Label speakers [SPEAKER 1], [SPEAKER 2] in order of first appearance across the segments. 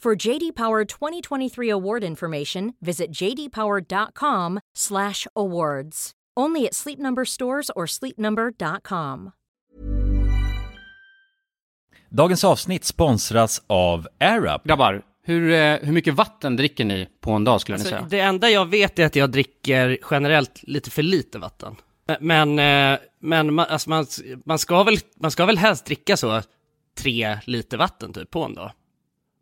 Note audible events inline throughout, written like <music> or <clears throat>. [SPEAKER 1] For JD Power 2023 award information, visit jdpower.com/awards. Only at Sleep Number stores or sleepnumber.com.
[SPEAKER 2] Dagens avsnitt sponsras av AirUp.
[SPEAKER 3] Grabbar, hur, eh, hur mycket vatten dricker ni på en dag skulle ni
[SPEAKER 4] Alltså,
[SPEAKER 3] säga?
[SPEAKER 4] det enda jag vet är att jag dricker generellt lite för lite vatten. Men, eh, men man, alltså man, man, ska väl, man ska väl helst dricka så tre liter vatten typ på en dag.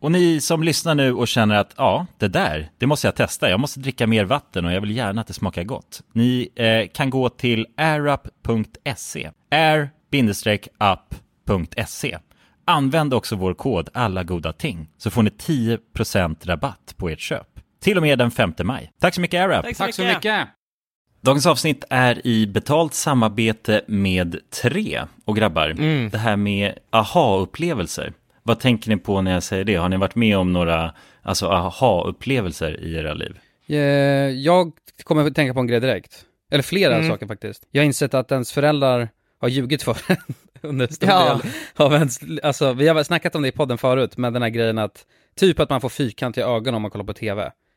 [SPEAKER 2] Och ni som lyssnar nu och känner att ja, det där, det måste jag testa. Jag måste dricka mer vatten och jag vill gärna att det smakar gott. Ni eh, kan gå till airup.se. air-up.se. Använd också vår kod alla goda ting så får ni 10% rabatt på ert köp. Till och med den 5 maj. Tack så mycket AirUp!
[SPEAKER 3] Tack så mycket.
[SPEAKER 2] Dagens avsnitt är i betalt samarbete med Tre. Och grabbar,
[SPEAKER 5] Mm.
[SPEAKER 2] det här med aha-upplevelser. Vad tänker ni på när jag säger det? Har ni varit med om några alltså, aha-upplevelser i era
[SPEAKER 5] <laughs>
[SPEAKER 2] liv?
[SPEAKER 5] Eh, Jag kommer att tänka på en grej direkt. Eller flera saker faktiskt. Jag har insett att ens föräldrar har ljugit för en <laughs> under en stor
[SPEAKER 3] Ja.
[SPEAKER 5] del av ens, alltså vi har väl snackat om det i podden förut, men den här grejen att, typ att man får fyrkantiga ögon om man kollar på TV.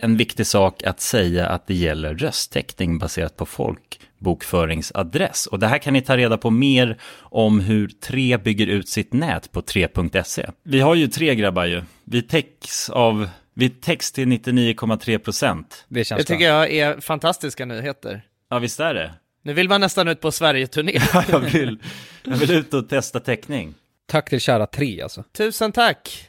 [SPEAKER 2] En viktig sak att säga att det gäller rösttäckning baserat på folkbokföringsadress. Och det här kan ni ta reda på mer om hur Tre bygger ut sitt nät på 3.se. Vi har ju tre grabbar ju. Vi täcks av vi täcks till 99,3 procent.
[SPEAKER 5] Det känns
[SPEAKER 6] Det
[SPEAKER 5] skönt.
[SPEAKER 6] tycker jag är fantastiska nyheter.
[SPEAKER 2] Ja, visst är det? <laughs>
[SPEAKER 6] Nu vill man nästan ut på Sverige-turné.
[SPEAKER 5] <laughs>
[SPEAKER 2] Jag vill, jag vill ut och testa täckning.
[SPEAKER 5] Tack till kära tre alltså.
[SPEAKER 6] Tusen tack!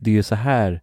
[SPEAKER 2] det är ju så här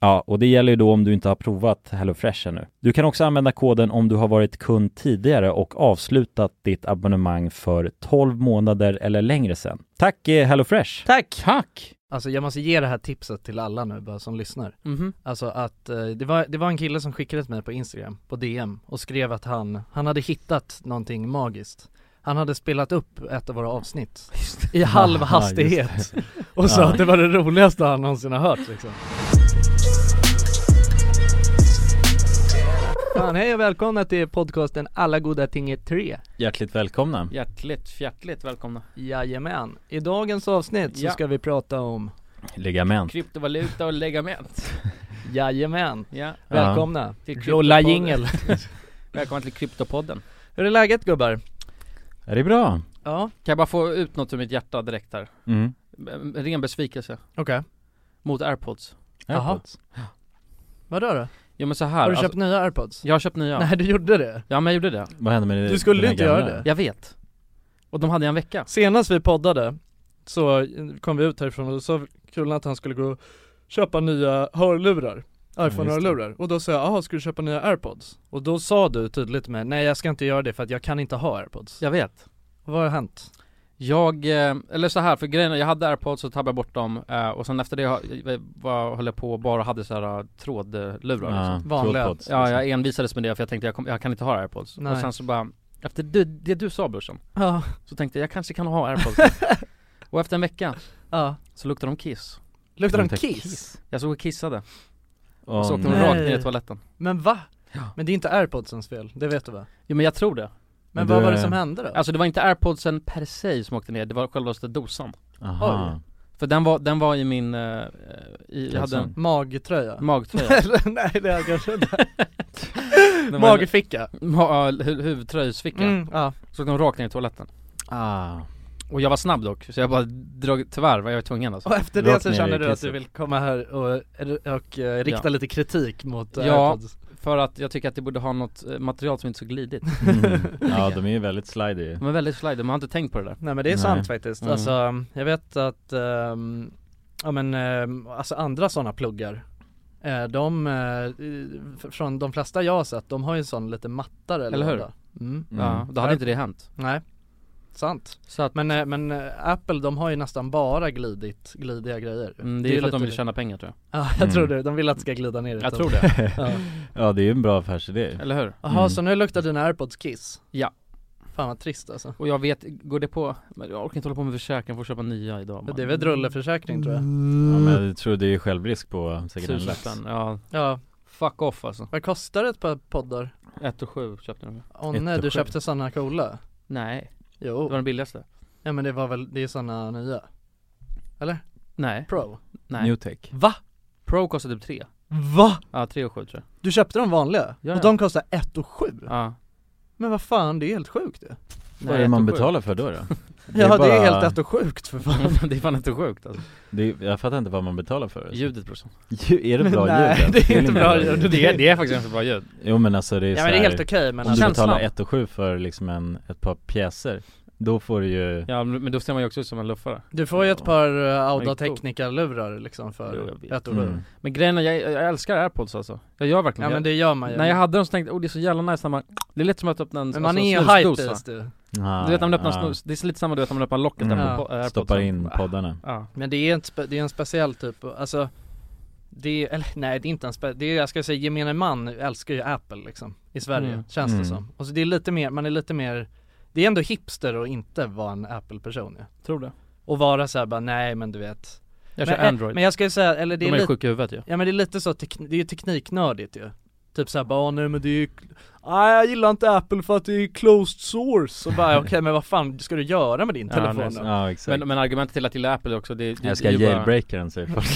[SPEAKER 2] Ja, och det gäller ju då om du inte har provat HelloFresh ännu. Du kan också använda koden om du har varit kund tidigare och avslutat ditt abonnemang för 12 månader eller längre sedan. Tack eh, HelloFresh!
[SPEAKER 7] Tack!
[SPEAKER 5] Tack!
[SPEAKER 7] Alltså jag måste ge det här tipset till alla nu bara som lyssnar. Alltså att, eh, det var, det var en kille som skickade till mig på Instagram, på DM och skrev att han, han hade hittat någonting magiskt Han hade spelat upp ett av våra avsnitt i halv
[SPEAKER 2] Ja, <laughs>
[SPEAKER 7] hastighet och sa
[SPEAKER 2] Ja.
[SPEAKER 7] att det var det roligaste han någonsin har hört liksom Fan, hej och välkomna till podcasten Alla goda ting är tre
[SPEAKER 2] Hjärtligt välkomna!
[SPEAKER 5] Hjärtligt, fjärtligt välkomna.
[SPEAKER 7] Jajamän, i dagens avsnitt så
[SPEAKER 5] Ja.
[SPEAKER 7] ska vi prata om
[SPEAKER 2] Ligament!
[SPEAKER 5] Kryptovaluta och legament.
[SPEAKER 7] Jajamän,
[SPEAKER 5] ja.
[SPEAKER 7] välkomna,
[SPEAKER 5] Till
[SPEAKER 7] rulla
[SPEAKER 5] Kryptopodden.
[SPEAKER 7] jingel
[SPEAKER 5] Välkomna till Kryptopodden.
[SPEAKER 7] <laughs> Hur är läget gubbar?
[SPEAKER 2] Är det bra?
[SPEAKER 7] Ja,
[SPEAKER 5] Kan jag bara få ut något ur mitt hjärta direkt här?
[SPEAKER 2] Mm.
[SPEAKER 5] En Ren besvikelse.
[SPEAKER 7] okej
[SPEAKER 5] Mot airpods.
[SPEAKER 7] Jaha.
[SPEAKER 2] AirPods.
[SPEAKER 7] Vadå då?
[SPEAKER 5] Jo men så här.
[SPEAKER 7] Har du
[SPEAKER 5] alltså-
[SPEAKER 7] köpt nya airpods?
[SPEAKER 5] Jag har köpt nya.
[SPEAKER 7] Nej du gjorde det?
[SPEAKER 5] Ja men jag gjorde det.
[SPEAKER 2] Vad hände med det?
[SPEAKER 7] Du skulle
[SPEAKER 2] den här
[SPEAKER 7] inte göra
[SPEAKER 2] gamla?
[SPEAKER 7] det.
[SPEAKER 5] Jag vet. Och de hade jag en vecka.
[SPEAKER 7] Senast vi poddade så kom vi ut härifrån och då sa Kulan att han skulle gå och köpa nya hörlurar iPhone-hörlurar och då sa jag jaha ska du köpa nya airpods? Och då sa du tydligt till mig nej jag ska inte göra det för att jag kan inte ha airpods
[SPEAKER 5] Jag vet.
[SPEAKER 7] Och Vad har hänt?
[SPEAKER 5] Jag, eh, eller så här för grejen är, jag hade airpods och tabbade jag bort dem eh, och sen efter det ha- jag var, höll jag på och bara hade så här eh, trådlurar
[SPEAKER 2] Ja,
[SPEAKER 5] liksom.
[SPEAKER 7] Vanliga.
[SPEAKER 2] trådpods,
[SPEAKER 5] Ja,
[SPEAKER 2] liksom.
[SPEAKER 5] jag envisades med det för jag tänkte jag, kom, jag kan inte ha airpods
[SPEAKER 7] Nej.
[SPEAKER 5] och sen så bara efter du, det du sa brorsan,
[SPEAKER 7] Ja,
[SPEAKER 5] så tänkte jag jag kanske kan
[SPEAKER 7] <laughs>
[SPEAKER 5] ha airpods Och efter en vecka
[SPEAKER 7] ja
[SPEAKER 5] så luktade de kiss
[SPEAKER 7] Luktar de
[SPEAKER 2] Luktar
[SPEAKER 7] kiss?
[SPEAKER 5] Jag såg och kissade,
[SPEAKER 2] Åh,
[SPEAKER 5] och så åkte de
[SPEAKER 2] nej.
[SPEAKER 5] rakt ner
[SPEAKER 7] nej.
[SPEAKER 5] i toaletten
[SPEAKER 7] Men va?
[SPEAKER 5] Ja.
[SPEAKER 7] Men det är inte airpodsens fel, det vet du va?
[SPEAKER 5] Jo men jag tror det
[SPEAKER 7] Men
[SPEAKER 2] Men
[SPEAKER 7] vad
[SPEAKER 2] det-
[SPEAKER 7] var det som hände då?
[SPEAKER 5] Alltså det var inte airpodsen per se som åkte ner, det var självaste dosan
[SPEAKER 2] Aha.
[SPEAKER 5] För den var, den var i min, eh, i, jag hade en
[SPEAKER 2] Kalsong.
[SPEAKER 7] Magtröja? <laughs>
[SPEAKER 5] magtröja
[SPEAKER 7] Eller nej det är kanske inte
[SPEAKER 5] Den var en-
[SPEAKER 7] Magficka?
[SPEAKER 5] Ma- hu- huvudtröjsficka,
[SPEAKER 7] Mm, ja
[SPEAKER 5] så åkte de rakt ner i toaletten
[SPEAKER 2] Ah.
[SPEAKER 5] Och jag var snabb dock, så jag bara drog, tyvärr var jag tvungen alltså
[SPEAKER 7] Och efter det
[SPEAKER 2] Rakt
[SPEAKER 7] så
[SPEAKER 2] ner i
[SPEAKER 7] känner du att
[SPEAKER 2] kisset.
[SPEAKER 7] du vill komma här och, och, eh, rikta
[SPEAKER 5] Ja.
[SPEAKER 7] lite kritik mot eh,
[SPEAKER 5] Ja.
[SPEAKER 7] AirPods
[SPEAKER 5] För att jag tycker att det borde ha något eh, material som inte är så glidigt
[SPEAKER 7] <laughs>
[SPEAKER 2] Mm. Ja, de är ju väldigt slidy.
[SPEAKER 5] De är väldigt slidiga, man har inte tänkt på det där
[SPEAKER 7] Nej men det är
[SPEAKER 2] Nej.
[SPEAKER 7] sant faktiskt,
[SPEAKER 5] Mm.
[SPEAKER 7] alltså jag vet att ehm, Ja men ehm, alltså andra sådana pluggar eh, De, eh, i- f- från de flesta jag har sett, de har ju en sån lite mattare
[SPEAKER 5] Eller hur?
[SPEAKER 7] låda. Mm.
[SPEAKER 2] Mm.
[SPEAKER 5] Ja, då hade inte det hänt
[SPEAKER 7] Nej, sant
[SPEAKER 5] Så att,
[SPEAKER 7] Men, eh, men eh, Apple de har ju nästan bara glidit, glidiga grejer
[SPEAKER 5] mm, det är ju för att de
[SPEAKER 7] lite-
[SPEAKER 5] vill tjäna pengar tror
[SPEAKER 7] Ja jag tror
[SPEAKER 2] Mm.
[SPEAKER 7] det, de vill att det ska glida ner i
[SPEAKER 5] jag Jag
[SPEAKER 7] tunnan.
[SPEAKER 5] tror det,
[SPEAKER 7] ja.
[SPEAKER 2] <laughs> Ja, det är ju en bra affärsidé.
[SPEAKER 5] eller hur?
[SPEAKER 7] Jaha,
[SPEAKER 2] Mm.
[SPEAKER 7] så nu luktar dina airpods kiss?
[SPEAKER 5] Ja.
[SPEAKER 7] Fan vad trist alltså
[SPEAKER 5] Och jag vet, går det på, men jag orkar inte hålla på med försäkring, får köpa nya idag
[SPEAKER 7] Det är väl drulleförsäkring tror jag
[SPEAKER 2] Ja, men jag tror det är självrisk på second hand
[SPEAKER 5] Tusen
[SPEAKER 2] lax.
[SPEAKER 5] spänn, ja
[SPEAKER 7] Ja,
[SPEAKER 5] Fuck off alltså,
[SPEAKER 7] vad kostar ett par poddar?
[SPEAKER 5] 1 och 7 köpte de
[SPEAKER 7] Åh
[SPEAKER 2] Ett
[SPEAKER 7] nej,
[SPEAKER 2] och
[SPEAKER 7] du
[SPEAKER 2] sju.
[SPEAKER 7] köpte sådana coola?
[SPEAKER 5] Nej, det
[SPEAKER 7] Jo,
[SPEAKER 5] var den billigaste
[SPEAKER 7] ja men det var väl, det är sådana nya? Eller?
[SPEAKER 5] Nej,
[SPEAKER 7] Pro?
[SPEAKER 5] nej
[SPEAKER 2] Newtech.
[SPEAKER 7] Va?
[SPEAKER 5] Pro kostar typ 3
[SPEAKER 7] Va?
[SPEAKER 5] Ja 3 och 7 tror
[SPEAKER 7] Du köpte de vanliga?
[SPEAKER 5] Ja,
[SPEAKER 7] Och
[SPEAKER 5] ja.
[SPEAKER 7] de kostar 1 och 7?
[SPEAKER 5] jag Ja
[SPEAKER 7] Men vad fan, det är helt sjukt det
[SPEAKER 2] Vad är det man betalar för då? då? Det
[SPEAKER 7] Ja det är
[SPEAKER 2] bara-
[SPEAKER 7] helt ätt och sjukt för fan
[SPEAKER 5] <laughs> det är fan inte sjukt alltså.
[SPEAKER 2] det är, Jag fattar inte vad man betalar för
[SPEAKER 5] Ljudet brorsan.
[SPEAKER 2] Ju- Är det
[SPEAKER 5] <laughs>
[SPEAKER 2] bra
[SPEAKER 7] Nej,
[SPEAKER 2] ljud? ens?
[SPEAKER 7] det är
[SPEAKER 2] väl
[SPEAKER 7] inte
[SPEAKER 2] inget
[SPEAKER 7] bra ljud.
[SPEAKER 5] Det är, det är faktiskt inte bra ljud.
[SPEAKER 2] Jo men alltså det är,
[SPEAKER 8] Ja
[SPEAKER 2] så
[SPEAKER 8] men det är
[SPEAKER 2] här,
[SPEAKER 8] helt okej men
[SPEAKER 2] Om du
[SPEAKER 8] alltså,
[SPEAKER 2] betalar
[SPEAKER 5] Känslan.
[SPEAKER 2] 1 7 för liksom en, ett par pjäser Då får du ju
[SPEAKER 5] Ja men men då ser man ju också ut som en luffare.
[SPEAKER 7] Du får ju ett par eh,
[SPEAKER 5] Men
[SPEAKER 7] Auda
[SPEAKER 5] cool.
[SPEAKER 7] Technica-lurar liksom
[SPEAKER 5] Jo,
[SPEAKER 7] för
[SPEAKER 5] jag vet.
[SPEAKER 7] ett och sju
[SPEAKER 2] mm.
[SPEAKER 5] Men grejen är, jag, jag älskar airpods alltså. Jag gör verkligen
[SPEAKER 7] Ja men
[SPEAKER 5] det.
[SPEAKER 7] det gör man ju
[SPEAKER 5] När jag hade dem så tänkte jag, oh det är så jävla nice när man, det är lite som att öppna en
[SPEAKER 7] Men man är ju
[SPEAKER 5] alltså, snusdosa.
[SPEAKER 7] hypebeast du
[SPEAKER 2] Ja,
[SPEAKER 5] Du vet när man öppnar
[SPEAKER 2] ja.
[SPEAKER 5] snus, det är lite samma du vet när man öppnar locket
[SPEAKER 2] Mm.
[SPEAKER 5] där på airpods.
[SPEAKER 2] Stoppar in
[SPEAKER 7] Ah,
[SPEAKER 2] poddarna
[SPEAKER 5] Ja.
[SPEAKER 7] Men det är, en spe, det är en speciell typ, alltså det är, eller <laughs> nej det är inte en spe, det är, jag ska säga gemene man älskar ju Apple liksom I Sverige,
[SPEAKER 5] Mm.
[SPEAKER 7] känns det
[SPEAKER 2] Mm.
[SPEAKER 7] som Och så det är lite mer, man är lite mer Det är ändå hipster att inte vara en Apple-person ju
[SPEAKER 5] Tror det.
[SPEAKER 7] Och vara såhär bara, nej men du vet
[SPEAKER 5] Jag kör
[SPEAKER 7] men, eh,
[SPEAKER 5] Android.
[SPEAKER 7] Men jag ska ju säga, eller det
[SPEAKER 5] De
[SPEAKER 7] är
[SPEAKER 5] är
[SPEAKER 7] lite,
[SPEAKER 5] sjuka i huvudet ju.
[SPEAKER 7] ja men det är lite så, tekn- det är ju tekniknördigt ju Typ såhär bara, "Åh, nej men det är ju Nej jag gillar inte Apple för att det är closed source och
[SPEAKER 5] <laughs>
[SPEAKER 7] bara okej men vad fan ska du göra med din
[SPEAKER 5] Ja,
[SPEAKER 7] telefon
[SPEAKER 5] nej,
[SPEAKER 7] då?
[SPEAKER 5] så-
[SPEAKER 2] Ja exakt
[SPEAKER 5] Men, men argumentet till att gilla Apple är också, det, det
[SPEAKER 2] Jag ska
[SPEAKER 5] det är ju bara-
[SPEAKER 2] jailbreaka den säger folk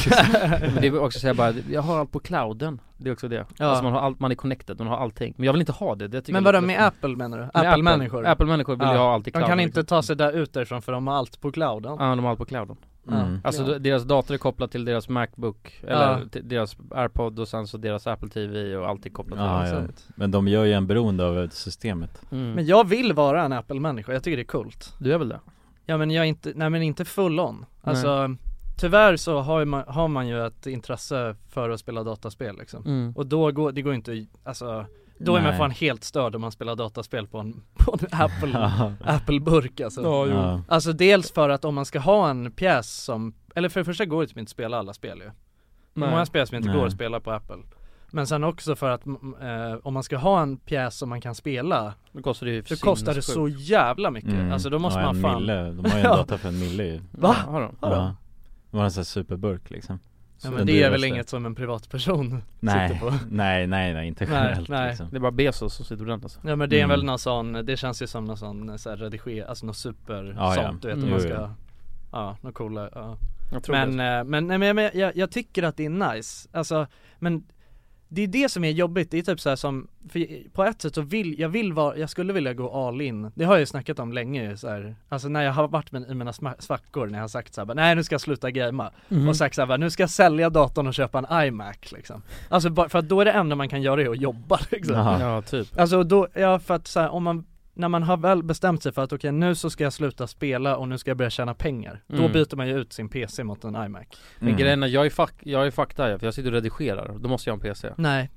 [SPEAKER 5] Men det är också såhär bara, jag har allt på clouden. Det är också det.
[SPEAKER 7] Ja.
[SPEAKER 5] Alltså man har allt, man är connected, man har allting. Men jag vill inte ha det, det tycker
[SPEAKER 7] Men
[SPEAKER 5] jag är
[SPEAKER 7] vadå
[SPEAKER 5] lite
[SPEAKER 7] med
[SPEAKER 5] läskigt.
[SPEAKER 7] Apple menar du?
[SPEAKER 5] Med
[SPEAKER 7] Apple-människor?
[SPEAKER 5] Apple-människor vill
[SPEAKER 7] Ja.
[SPEAKER 5] ju ha allt
[SPEAKER 7] De
[SPEAKER 5] i clouden. liksom.
[SPEAKER 7] kan inte ta sig där ut därifrån för de har allt på clouden
[SPEAKER 5] Ja, de har allt på clouden.
[SPEAKER 2] mm.
[SPEAKER 7] <laughs>
[SPEAKER 5] Alltså
[SPEAKER 7] Ja.
[SPEAKER 5] deras dator är kopplad till deras Macbook, eller
[SPEAKER 7] Ja.
[SPEAKER 5] till deras AirPod och sen så deras Apple TV och allt är kopplat till
[SPEAKER 2] Ja,
[SPEAKER 5] det.
[SPEAKER 2] ja.
[SPEAKER 7] Sant.
[SPEAKER 2] Men de gör ju en beroende av systemet
[SPEAKER 5] Mm.
[SPEAKER 7] Men jag vill vara en Apple-människa, jag tycker det är coolt
[SPEAKER 5] du är väl det?
[SPEAKER 7] Ja men jag är inte, nej men inte full on Alltså tyvärr så har ju man, har man ju ett intresse för att spela dataspel liksom
[SPEAKER 5] Mm.
[SPEAKER 7] Och då går, det går inte, alltså då är man
[SPEAKER 2] Nej. <laughs>
[SPEAKER 7] fan helt störd om man spelar dataspel på en, <laughs> på en
[SPEAKER 2] <laughs>
[SPEAKER 7] Apple,
[SPEAKER 2] Ja,
[SPEAKER 7] Apple-burk alltså
[SPEAKER 2] ja.
[SPEAKER 7] Alltså dels för att om man ska ha en pjäs som, eller för det första går det typ inte att spela alla spel ju Det är
[SPEAKER 5] Nej.
[SPEAKER 7] Många spel som inte
[SPEAKER 2] Nej.
[SPEAKER 7] går att spela på Apple Men sen också för att m- eh, om man ska ha en pjäs som man kan spela
[SPEAKER 5] Då kostar det ju
[SPEAKER 7] Så kostar det så jävla mycket,
[SPEAKER 2] Mm.
[SPEAKER 7] alltså då måste
[SPEAKER 2] Ja,
[SPEAKER 7] man
[SPEAKER 2] en
[SPEAKER 7] fan
[SPEAKER 2] mille. De har ju en
[SPEAKER 7] Ja.
[SPEAKER 2] data för en mille ju
[SPEAKER 5] Va? Ja, har de?
[SPEAKER 7] Har de?
[SPEAKER 2] Ja. De har en sån här superburk liksom
[SPEAKER 7] ja,
[SPEAKER 2] Den
[SPEAKER 7] men det är väl
[SPEAKER 2] dyraste.
[SPEAKER 7] inget som en privatperson
[SPEAKER 2] Nej,
[SPEAKER 7] sitter på
[SPEAKER 2] <laughs> nej, nej, nej, inte
[SPEAKER 7] Nej,
[SPEAKER 2] generellt
[SPEAKER 7] nej.
[SPEAKER 2] Liksom.
[SPEAKER 5] Det är bara Bezos som sitter på den alltså.
[SPEAKER 7] Ja men det är
[SPEAKER 2] Mm.
[SPEAKER 7] väl någon sån, det känns ju som någon sån så här rediger, alltså något super
[SPEAKER 2] Ja, ja.
[SPEAKER 7] sånt du vet om
[SPEAKER 5] Mm.
[SPEAKER 7] man
[SPEAKER 2] Jo,
[SPEAKER 7] ska
[SPEAKER 2] jo.
[SPEAKER 7] Ja, något coola, ja.
[SPEAKER 5] Jag tror
[SPEAKER 7] Men,
[SPEAKER 5] det.
[SPEAKER 7] eh, men, nej, men, jag- men jag, jag tycker att det är nice, alltså men det är det som är jobbigt, det är typ så här som, för på ett sätt så vill, jag vill vara, jag skulle vilja gå all in Det har jag ju snackat om länge så här. alltså när jag har varit med, i mina sma- svackor när jag har sagt så här, bara, nej nu ska jag sluta gamea
[SPEAKER 5] Mm.
[SPEAKER 7] Och sagt så här, bara, nu ska jag sälja datorn och köpa en iMac liksom Alltså bara, för att då är det enda man kan göra är att jobba <laughs> liksom
[SPEAKER 2] Jaha.
[SPEAKER 5] Ja, typ.
[SPEAKER 7] Alltså då, ja för att så här, om man, när man har väl bestämt sig för att okej nu så ska jag sluta spela och nu ska jag börja tjäna pengar Då
[SPEAKER 5] Mm.
[SPEAKER 7] byter man ju ut sin PC mot en iMac
[SPEAKER 5] Men
[SPEAKER 2] Mm.
[SPEAKER 5] grejen är, jag är fuck, jag är fucked där för jag sitter och redigerar, då måste jag ha en PC.
[SPEAKER 7] Nej,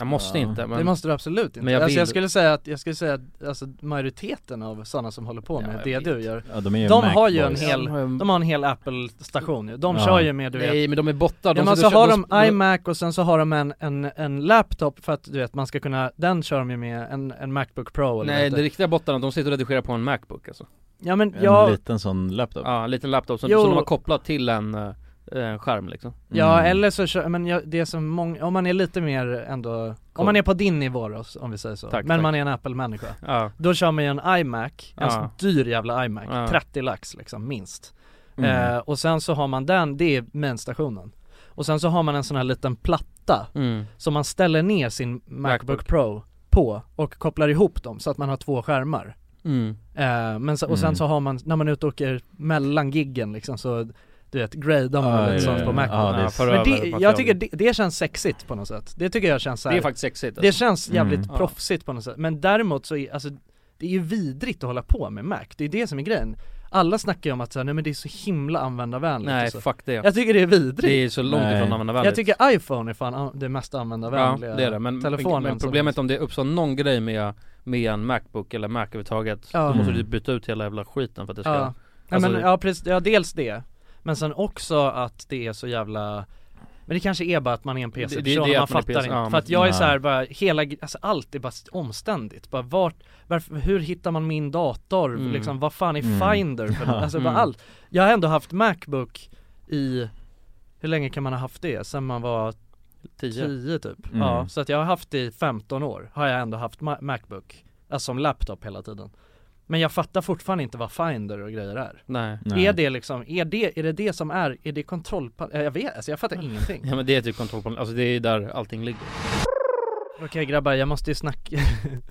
[SPEAKER 5] Jag måste
[SPEAKER 2] Ja.
[SPEAKER 5] inte men...
[SPEAKER 7] det måste du absolut inte
[SPEAKER 5] men jag
[SPEAKER 7] jag, alltså, jag
[SPEAKER 5] vill-
[SPEAKER 7] skulle säga att, jag skulle säga att alltså, majoriteten av sådana som håller på
[SPEAKER 5] Ja,
[SPEAKER 7] med
[SPEAKER 5] jag
[SPEAKER 7] det
[SPEAKER 5] vet.
[SPEAKER 7] du gör
[SPEAKER 2] ja, de är ju
[SPEAKER 7] de
[SPEAKER 2] Mac
[SPEAKER 7] har ju en
[SPEAKER 2] boys.
[SPEAKER 7] hel- De har en hel Apple-station ju, de
[SPEAKER 2] Ja.
[SPEAKER 7] kör ju med du vet
[SPEAKER 5] Nej men de är borta, de
[SPEAKER 7] Ja, men så
[SPEAKER 5] sitter och
[SPEAKER 7] har
[SPEAKER 5] kör-
[SPEAKER 7] de iMac och sen så har de en, en, en laptop för att du vet man ska kunna, den kör de ju med en, en Macbook Pro eller vad
[SPEAKER 5] Nej,
[SPEAKER 7] det
[SPEAKER 5] de
[SPEAKER 7] heter.
[SPEAKER 5] riktiga bottarna, de sitter och redigerar på en Macbook alltså.
[SPEAKER 7] Ja men
[SPEAKER 2] En
[SPEAKER 7] ja,
[SPEAKER 2] liten sån laptop
[SPEAKER 5] Ja, en liten laptop som,
[SPEAKER 7] Jo.
[SPEAKER 5] som de har kopplat till en, eh, en skärm liksom.
[SPEAKER 7] Ja
[SPEAKER 2] Mm.
[SPEAKER 7] eller så kör, men jag, det är som många, om man är lite mer ändå, om
[SPEAKER 5] Cool.
[SPEAKER 7] man är på din nivå då, om vi säger så,
[SPEAKER 5] Tack,
[SPEAKER 7] men
[SPEAKER 5] tack.
[SPEAKER 7] man är en Apple-människa
[SPEAKER 5] Ja.
[SPEAKER 7] Då kör man ju en iMac, en
[SPEAKER 5] Ja.
[SPEAKER 7] sån dyr jävla iMac,
[SPEAKER 5] Ja.
[SPEAKER 7] 30 lax liksom minst
[SPEAKER 2] Mm.
[SPEAKER 7] eh, Och sen så har man den, det är mainstationen Och sen så har man en sån här liten platta
[SPEAKER 5] Mm.
[SPEAKER 7] som man ställer ner sin Macbook,
[SPEAKER 5] Macbook.
[SPEAKER 7] Pro på och kopplar ihop dem så att man har två skärmar
[SPEAKER 5] Mm.
[SPEAKER 7] eh, men så, Och sen
[SPEAKER 2] Mm.
[SPEAKER 7] så har man, när man är ute och åker mellan giggen liksom så Du vet, gradar man
[SPEAKER 2] Ja,
[SPEAKER 7] eller
[SPEAKER 2] ja,
[SPEAKER 7] ett sånt
[SPEAKER 2] ja,
[SPEAKER 7] på
[SPEAKER 2] ja.
[SPEAKER 7] Macbook
[SPEAKER 2] Eh, Ja, det är
[SPEAKER 5] Ja, Ah,
[SPEAKER 2] så-
[SPEAKER 5] för-
[SPEAKER 7] men det,
[SPEAKER 5] över
[SPEAKER 7] jag
[SPEAKER 5] material.
[SPEAKER 7] tycker det, det känns sexigt på något sätt. Det tycker jag känns så här,
[SPEAKER 5] Det
[SPEAKER 7] det,
[SPEAKER 5] är faktiskt sexigt alltså.
[SPEAKER 7] känns jävligt
[SPEAKER 2] Mm.
[SPEAKER 5] Ja.
[SPEAKER 7] proffsigt på något sätt. Men däremot så är, alltså, det är ju vidrigt att hålla på med Mac. Det är det som är grejen. Alla snackar ju om att så här, nej men det är så himla användarvänligt
[SPEAKER 5] Nej
[SPEAKER 7] och så. alltså.
[SPEAKER 5] fuck det.
[SPEAKER 7] Jag tycker det är vidrigt.
[SPEAKER 5] Det är så långt
[SPEAKER 2] Nej.
[SPEAKER 5] ifrån användarvänligt.
[SPEAKER 7] jag tycker iPhone är fan an- det mest
[SPEAKER 5] Ja,
[SPEAKER 7] användarvänliga.
[SPEAKER 5] det är det. Men,
[SPEAKER 7] telefonen
[SPEAKER 5] men
[SPEAKER 7] som
[SPEAKER 5] problemet
[SPEAKER 7] finns.
[SPEAKER 5] om det uppstår någon grej med, med en Macbook eller Mac överhuvudtaget,
[SPEAKER 7] Ja.
[SPEAKER 5] då måste du
[SPEAKER 2] Mm.
[SPEAKER 5] byta ut hela jävla skiten för att det ska...
[SPEAKER 7] Ja. Ja,
[SPEAKER 5] Alltså-
[SPEAKER 7] men, ja, precis, ja dels det. Men sen också att det är så jävla men det kanske är bara att man är en
[SPEAKER 5] Det- det- det
[SPEAKER 7] PC-person
[SPEAKER 5] är
[SPEAKER 7] och man
[SPEAKER 5] att man är
[SPEAKER 7] fattar
[SPEAKER 5] PC,
[SPEAKER 7] inte.
[SPEAKER 5] ja,
[SPEAKER 7] för
[SPEAKER 5] men-
[SPEAKER 7] att jag är
[SPEAKER 2] nej.
[SPEAKER 7] så här bara, hela, gre- alltså allt är bara omständigt. Bara vart, varför, hur hittar man min dator?
[SPEAKER 5] Mm.
[SPEAKER 7] Liksom vad fan är
[SPEAKER 2] Mm.
[SPEAKER 7] Finder?
[SPEAKER 2] <laughs>
[SPEAKER 7] För,
[SPEAKER 2] Ja.
[SPEAKER 7] Alltså
[SPEAKER 5] Mm.
[SPEAKER 7] bara allt. Jag har ändå haft Macbook i, hur länge kan man ha haft det? Sen man var
[SPEAKER 5] 10.
[SPEAKER 7] 10 typ.
[SPEAKER 2] Mm.
[SPEAKER 7] Ja, så att jag har haft det i 15 år, har jag ändå haft Ma- Macbook. Alltså som laptop hela tiden. Men jag fattar fortfarande inte vad Finder och grejer är.
[SPEAKER 5] Nej.
[SPEAKER 2] Nej.
[SPEAKER 7] Är det liksom, är det, är det det som är, är det kontrollpanel? Jag vet, alltså jag fattar ingenting
[SPEAKER 5] Ja men det är typ kontrollpanel, alltså det är ju där allting ligger.
[SPEAKER 7] Okej grabbar, jag måste ju snacka <laughs>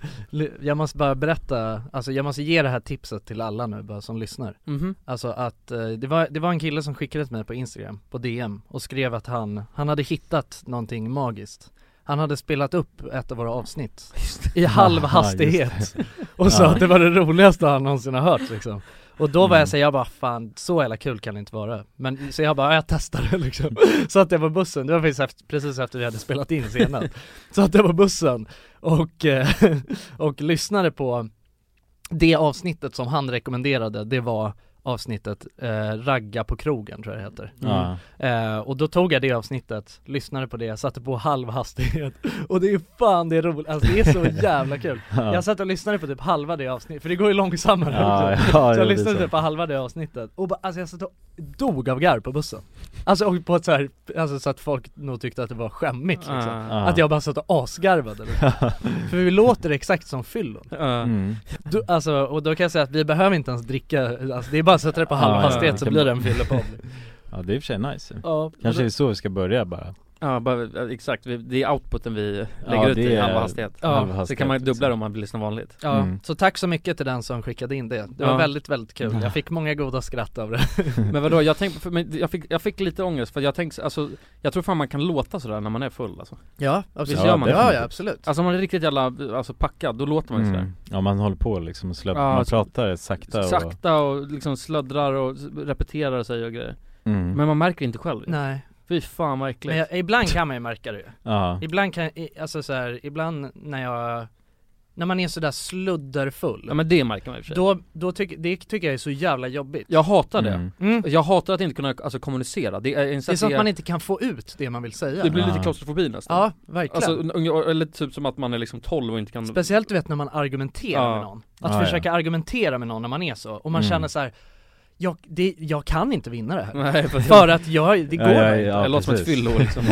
[SPEAKER 7] Jag måste bara berätta, alltså jag måste ge det här tipset till alla nu bara som lyssnar
[SPEAKER 5] Mhm.
[SPEAKER 7] Alltså att, eh, det var, det var en kille som skickade till mig på Instagram, på DM och skrev att han, han hade hittat någonting magiskt Han hade spelat upp ett av våra avsnitt i halv
[SPEAKER 5] Aha,
[SPEAKER 7] hastighet
[SPEAKER 5] just det.
[SPEAKER 7] <laughs> och sa
[SPEAKER 5] Ja.
[SPEAKER 7] att det var det roligaste han någonsin har hört liksom och då var
[SPEAKER 2] Mm.
[SPEAKER 7] jag såhär, jag bara fan så jävla kul kan det inte vara Men så jag bara, ja, jag testar det <laughs> liksom Så att jag var bussen, det var precis efter, precis efter vi hade spelat in senast <laughs> Så att jag var bussen och, eh, <laughs> och lyssnade på det avsnittet som han rekommenderade, det var avsnittet eh, Ragga på krogen tror jag det heter
[SPEAKER 2] Ja.
[SPEAKER 7] eh, Och då tog jag det avsnittet, lyssnade på det, satte på halv hastighet <laughs> Och det är fan det är roligt, alltså det
[SPEAKER 2] <laughs>
[SPEAKER 7] är så jävla kul
[SPEAKER 2] Ja.
[SPEAKER 7] Jag satt och lyssnade på typ halva det avsnittet, för det går ju långsammare också <laughs>
[SPEAKER 2] Ja, ja,
[SPEAKER 7] så jag
[SPEAKER 2] det blir
[SPEAKER 7] lyssnade
[SPEAKER 2] så.
[SPEAKER 7] typ på halva det avsnittet och bara, alltså jag satt och dog av garv på bussen Alltså och på ett så här, alltså så att folk nog tyckte att det var skämmigt liksom
[SPEAKER 9] Ah.
[SPEAKER 2] Ja.
[SPEAKER 7] Att jag bara satt och asgarvade liksom. För vi låter exakt som fyllon
[SPEAKER 2] Mm.
[SPEAKER 7] du, Alltså och då kan jag säga att vi behöver inte ens dricka, alltså det är bara att sätta det på
[SPEAKER 2] Ja,
[SPEAKER 7] halv
[SPEAKER 2] ja,
[SPEAKER 7] hastighet
[SPEAKER 2] ja.
[SPEAKER 7] så blir det en
[SPEAKER 2] <laughs>
[SPEAKER 7] fyllepodd
[SPEAKER 2] <laughs> ja, det är i och för sig nice.
[SPEAKER 7] Ja,
[SPEAKER 5] Alltså-
[SPEAKER 2] Kanske är det så vi ska börja bara.
[SPEAKER 5] Ja, bara, exakt, vi, det är outputen vi
[SPEAKER 2] Ja,
[SPEAKER 5] lägger ut
[SPEAKER 2] det
[SPEAKER 5] i
[SPEAKER 2] är
[SPEAKER 5] halva hastighet
[SPEAKER 7] Ja,
[SPEAKER 2] halv
[SPEAKER 5] Så
[SPEAKER 2] hastighet,
[SPEAKER 5] kan man
[SPEAKER 2] liksom.
[SPEAKER 5] dubbla det om man vill lyssna
[SPEAKER 2] <laughs>
[SPEAKER 5] vanligt
[SPEAKER 7] ja.
[SPEAKER 2] Mm.
[SPEAKER 7] så tack så mycket till den som skickade in det Det
[SPEAKER 5] Ja.
[SPEAKER 7] var väldigt, väldigt kul, jag fick många goda skratt av det
[SPEAKER 5] Men vadå, jag tänkte, för, men jag, fick, jag fick lite ångest för jag tänkte, alltså Jag tror fan man kan låta sådär när man är full alltså
[SPEAKER 7] Ja,
[SPEAKER 5] absolut. gör man det.
[SPEAKER 7] Ja, ja absolut
[SPEAKER 5] Alltså om man är riktigt jävla, alltså packad, då låter man ju sådär
[SPEAKER 2] Mm. Ja, man håller på liksom och slöp,
[SPEAKER 5] Ja, alltså,
[SPEAKER 2] man
[SPEAKER 5] så-
[SPEAKER 2] pratar sakta och...
[SPEAKER 5] Sakta och liksom slöddrar och s- repeterar sig och grejer
[SPEAKER 2] Mm.
[SPEAKER 5] Men man märker inte själv ju.
[SPEAKER 7] Nej,
[SPEAKER 5] Fy fan vad äckligt
[SPEAKER 7] men jag, ibland kan man ju märka det ju
[SPEAKER 2] Ja.
[SPEAKER 7] Ibland kan, i- alltså så här, ibland när jag, när man är sådär sludderfull
[SPEAKER 5] Ja men det märker man i och för sig
[SPEAKER 7] Då, då tycker, det tycker jag är så jävla jobbigt
[SPEAKER 5] Jag hatar det
[SPEAKER 2] Mm.
[SPEAKER 7] Mm.
[SPEAKER 5] Jag hatar att inte kunna alltså, kommunicera, det är, en
[SPEAKER 7] Det är
[SPEAKER 5] sån-
[SPEAKER 7] så att man inte kan få ut det man vill säga
[SPEAKER 5] det blir lite
[SPEAKER 2] Ja.
[SPEAKER 5] klaustrofobi nästan
[SPEAKER 7] Ja, verkligen
[SPEAKER 5] Alltså, unge- eller typ som att man är liksom 12 och inte kan
[SPEAKER 7] Speciellt du vet när man argumenterar
[SPEAKER 5] Ja.
[SPEAKER 7] med någon Att
[SPEAKER 2] Ja, ja.
[SPEAKER 7] försöka argumentera med någon när man är så, och man
[SPEAKER 2] Mm.
[SPEAKER 7] känner så här. Jag, det, jag kan inte vinna det här
[SPEAKER 5] Nej,
[SPEAKER 7] <laughs>
[SPEAKER 5] för,
[SPEAKER 7] För att jag, det
[SPEAKER 2] Ja,
[SPEAKER 7] går
[SPEAKER 2] ja,
[SPEAKER 7] inte
[SPEAKER 2] ja.
[SPEAKER 5] jag låter som ett
[SPEAKER 2] precis.
[SPEAKER 5] fyllo
[SPEAKER 7] <laughs>
[SPEAKER 5] liksom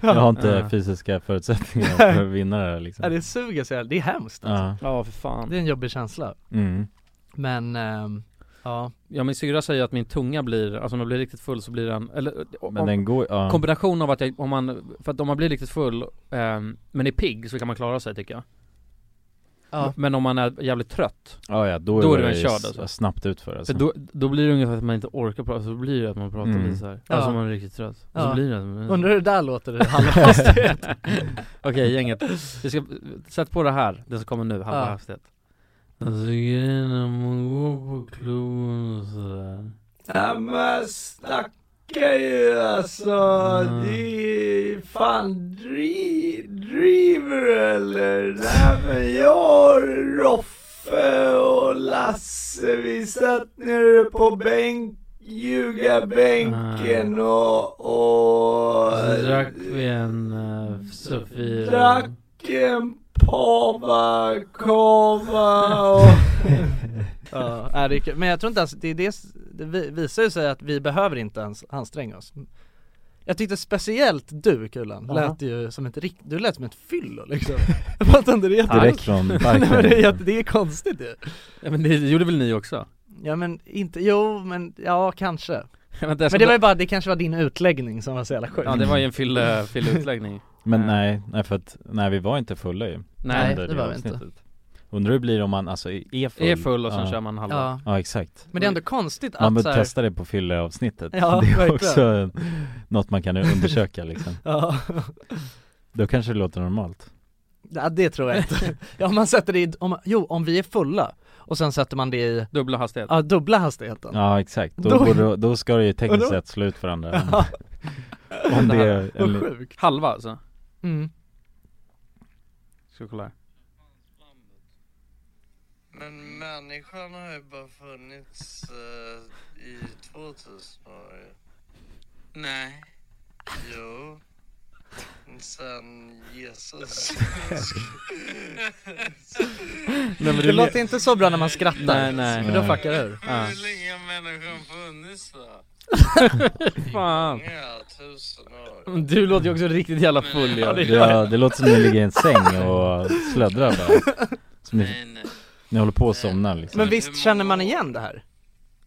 [SPEAKER 2] Jag har inte
[SPEAKER 5] Ja.
[SPEAKER 2] fysiska
[SPEAKER 5] <laughs>
[SPEAKER 2] förutsättningar för att vinna det här liksom.
[SPEAKER 7] Ja, det suger så jävla, det är hemskt alltså.
[SPEAKER 2] Ja.
[SPEAKER 5] Ja för fan
[SPEAKER 7] Det är en jobbig känsla
[SPEAKER 2] Mm.
[SPEAKER 7] Men, ehm, ja
[SPEAKER 5] Ja min syrra säger att min tunga blir, alltså om jag blir riktigt full så blir den, eller om,
[SPEAKER 2] Men den går, ja.
[SPEAKER 5] kombination av att jag, om man, för att om man blir riktigt full ehm, men är pigg så kan man klara sig tycker jag
[SPEAKER 7] Ja.
[SPEAKER 5] Men om man är jävligt trött,
[SPEAKER 2] Ja, ja, då,
[SPEAKER 5] Då
[SPEAKER 2] är
[SPEAKER 5] är det
[SPEAKER 2] det
[SPEAKER 5] en
[SPEAKER 2] ju
[SPEAKER 5] körd,
[SPEAKER 2] s-
[SPEAKER 5] alltså.
[SPEAKER 2] snabbt utför alltså.
[SPEAKER 5] för då, då blir det ungefär att man inte orkar prata, så blir det att man pratar
[SPEAKER 2] Mm.
[SPEAKER 5] lite så här. Alltså
[SPEAKER 7] Ja.
[SPEAKER 5] om man är riktigt trött,
[SPEAKER 7] Ja.
[SPEAKER 5] så blir det men...
[SPEAKER 7] undrar hur det där
[SPEAKER 5] <laughs>
[SPEAKER 7] låter i halva hastighet
[SPEAKER 5] Okej gänget, vi ska, sätt på det här, det som kommer nu, halva
[SPEAKER 7] Ja.
[SPEAKER 5] hastighet Alltså grejen är när man går på klubben och sådär
[SPEAKER 7] Ja men snacka ju alltså,
[SPEAKER 5] Mm. det
[SPEAKER 7] är fan driver eller? Nej men jag, Roffe och Lasse, vi satt nere på bänk,
[SPEAKER 5] ljugarbänken
[SPEAKER 7] och, och
[SPEAKER 5] Mm. Så drack vi en uh, Sofia
[SPEAKER 7] Drack en pava, kava och... <laughs> ja, nej, det är kul. men jag tror inte ens, det, är det, det vi- visar ju sig att vi behöver inte ens anstränga oss Jag tyckte speciellt du Kulan, lät ju som ett rikt, du lät som ett fyllo
[SPEAKER 2] <laughs>
[SPEAKER 7] liksom Jag fattar inte, det är jätte-
[SPEAKER 2] Direkt
[SPEAKER 5] <laughs>
[SPEAKER 2] från
[SPEAKER 7] <laughs> Nej, men det, är jätte-
[SPEAKER 2] barken.
[SPEAKER 7] det är konstigt ju
[SPEAKER 5] Ja men det gjorde väl ni också?
[SPEAKER 7] Ja men inte, jo men ja kanske
[SPEAKER 5] Vänta, jag ska
[SPEAKER 7] Men det var ju bara, det kanske var din utläggning som var så jävla sjuk
[SPEAKER 5] Ja det var ju en eh, fylle, fylleutläggning
[SPEAKER 7] <laughs>
[SPEAKER 2] Men nej, nej för att, nej vi var inte fulla ju.
[SPEAKER 5] Nej,
[SPEAKER 2] under
[SPEAKER 7] det var vi inte.
[SPEAKER 2] avsnittet. Undrar hur det blir om man alltså är full.
[SPEAKER 5] är full och sen
[SPEAKER 2] ja.
[SPEAKER 5] kör man halva
[SPEAKER 7] Ja,
[SPEAKER 2] Ja exakt.
[SPEAKER 7] men det är ändå konstigt
[SPEAKER 2] Man
[SPEAKER 7] att
[SPEAKER 2] bör
[SPEAKER 7] så här,
[SPEAKER 2] testa det på fylleavsnittet. <laughs>
[SPEAKER 7] Ja,
[SPEAKER 2] det är
[SPEAKER 7] verkligen.
[SPEAKER 2] också en, något man kan undersöka liksom.
[SPEAKER 7] ja. <laughs>
[SPEAKER 2] Då kanske det låter normalt.
[SPEAKER 7] Ja, det tror jag
[SPEAKER 5] <laughs>
[SPEAKER 7] inte. ja, om man sätter det i, om, jo om vi är fulla och sen sätter man det i,
[SPEAKER 5] Dubbla hastighet
[SPEAKER 7] ja dubbla hastigheten.
[SPEAKER 2] Ja exakt, då,
[SPEAKER 7] Då-
[SPEAKER 2] Borde, då ska det ju tekniskt
[SPEAKER 7] Då-
[SPEAKER 2] sett slå ut varandra.
[SPEAKER 7] Ja.
[SPEAKER 2] Om det är
[SPEAKER 7] <laughs> Vad
[SPEAKER 2] en,
[SPEAKER 7] sjukt.
[SPEAKER 5] Halva alltså?
[SPEAKER 7] Mm.
[SPEAKER 5] Ska vi kolla här
[SPEAKER 10] Men människan har ju bara funnits eh, i 2000 år ju. Nej. Jo. Sen <laughs> Jesus.
[SPEAKER 5] Nej men
[SPEAKER 7] Det låter inte så bra när man skrattar.
[SPEAKER 5] Nej, nej.
[SPEAKER 7] För då fuckar det ur.
[SPEAKER 5] Ja.
[SPEAKER 10] Hur länge har människan funnits då?
[SPEAKER 5] Fan
[SPEAKER 10] Ja, tusen år.
[SPEAKER 5] Men Du låter ju också riktigt jävla full
[SPEAKER 10] Ja,
[SPEAKER 5] ju
[SPEAKER 2] ja, det låter som ni ligger i en säng och slöddrar bara. Som ni,
[SPEAKER 10] Nej, nej.
[SPEAKER 2] ni håller på att somna liksom.
[SPEAKER 7] Men visst känner man igen det här?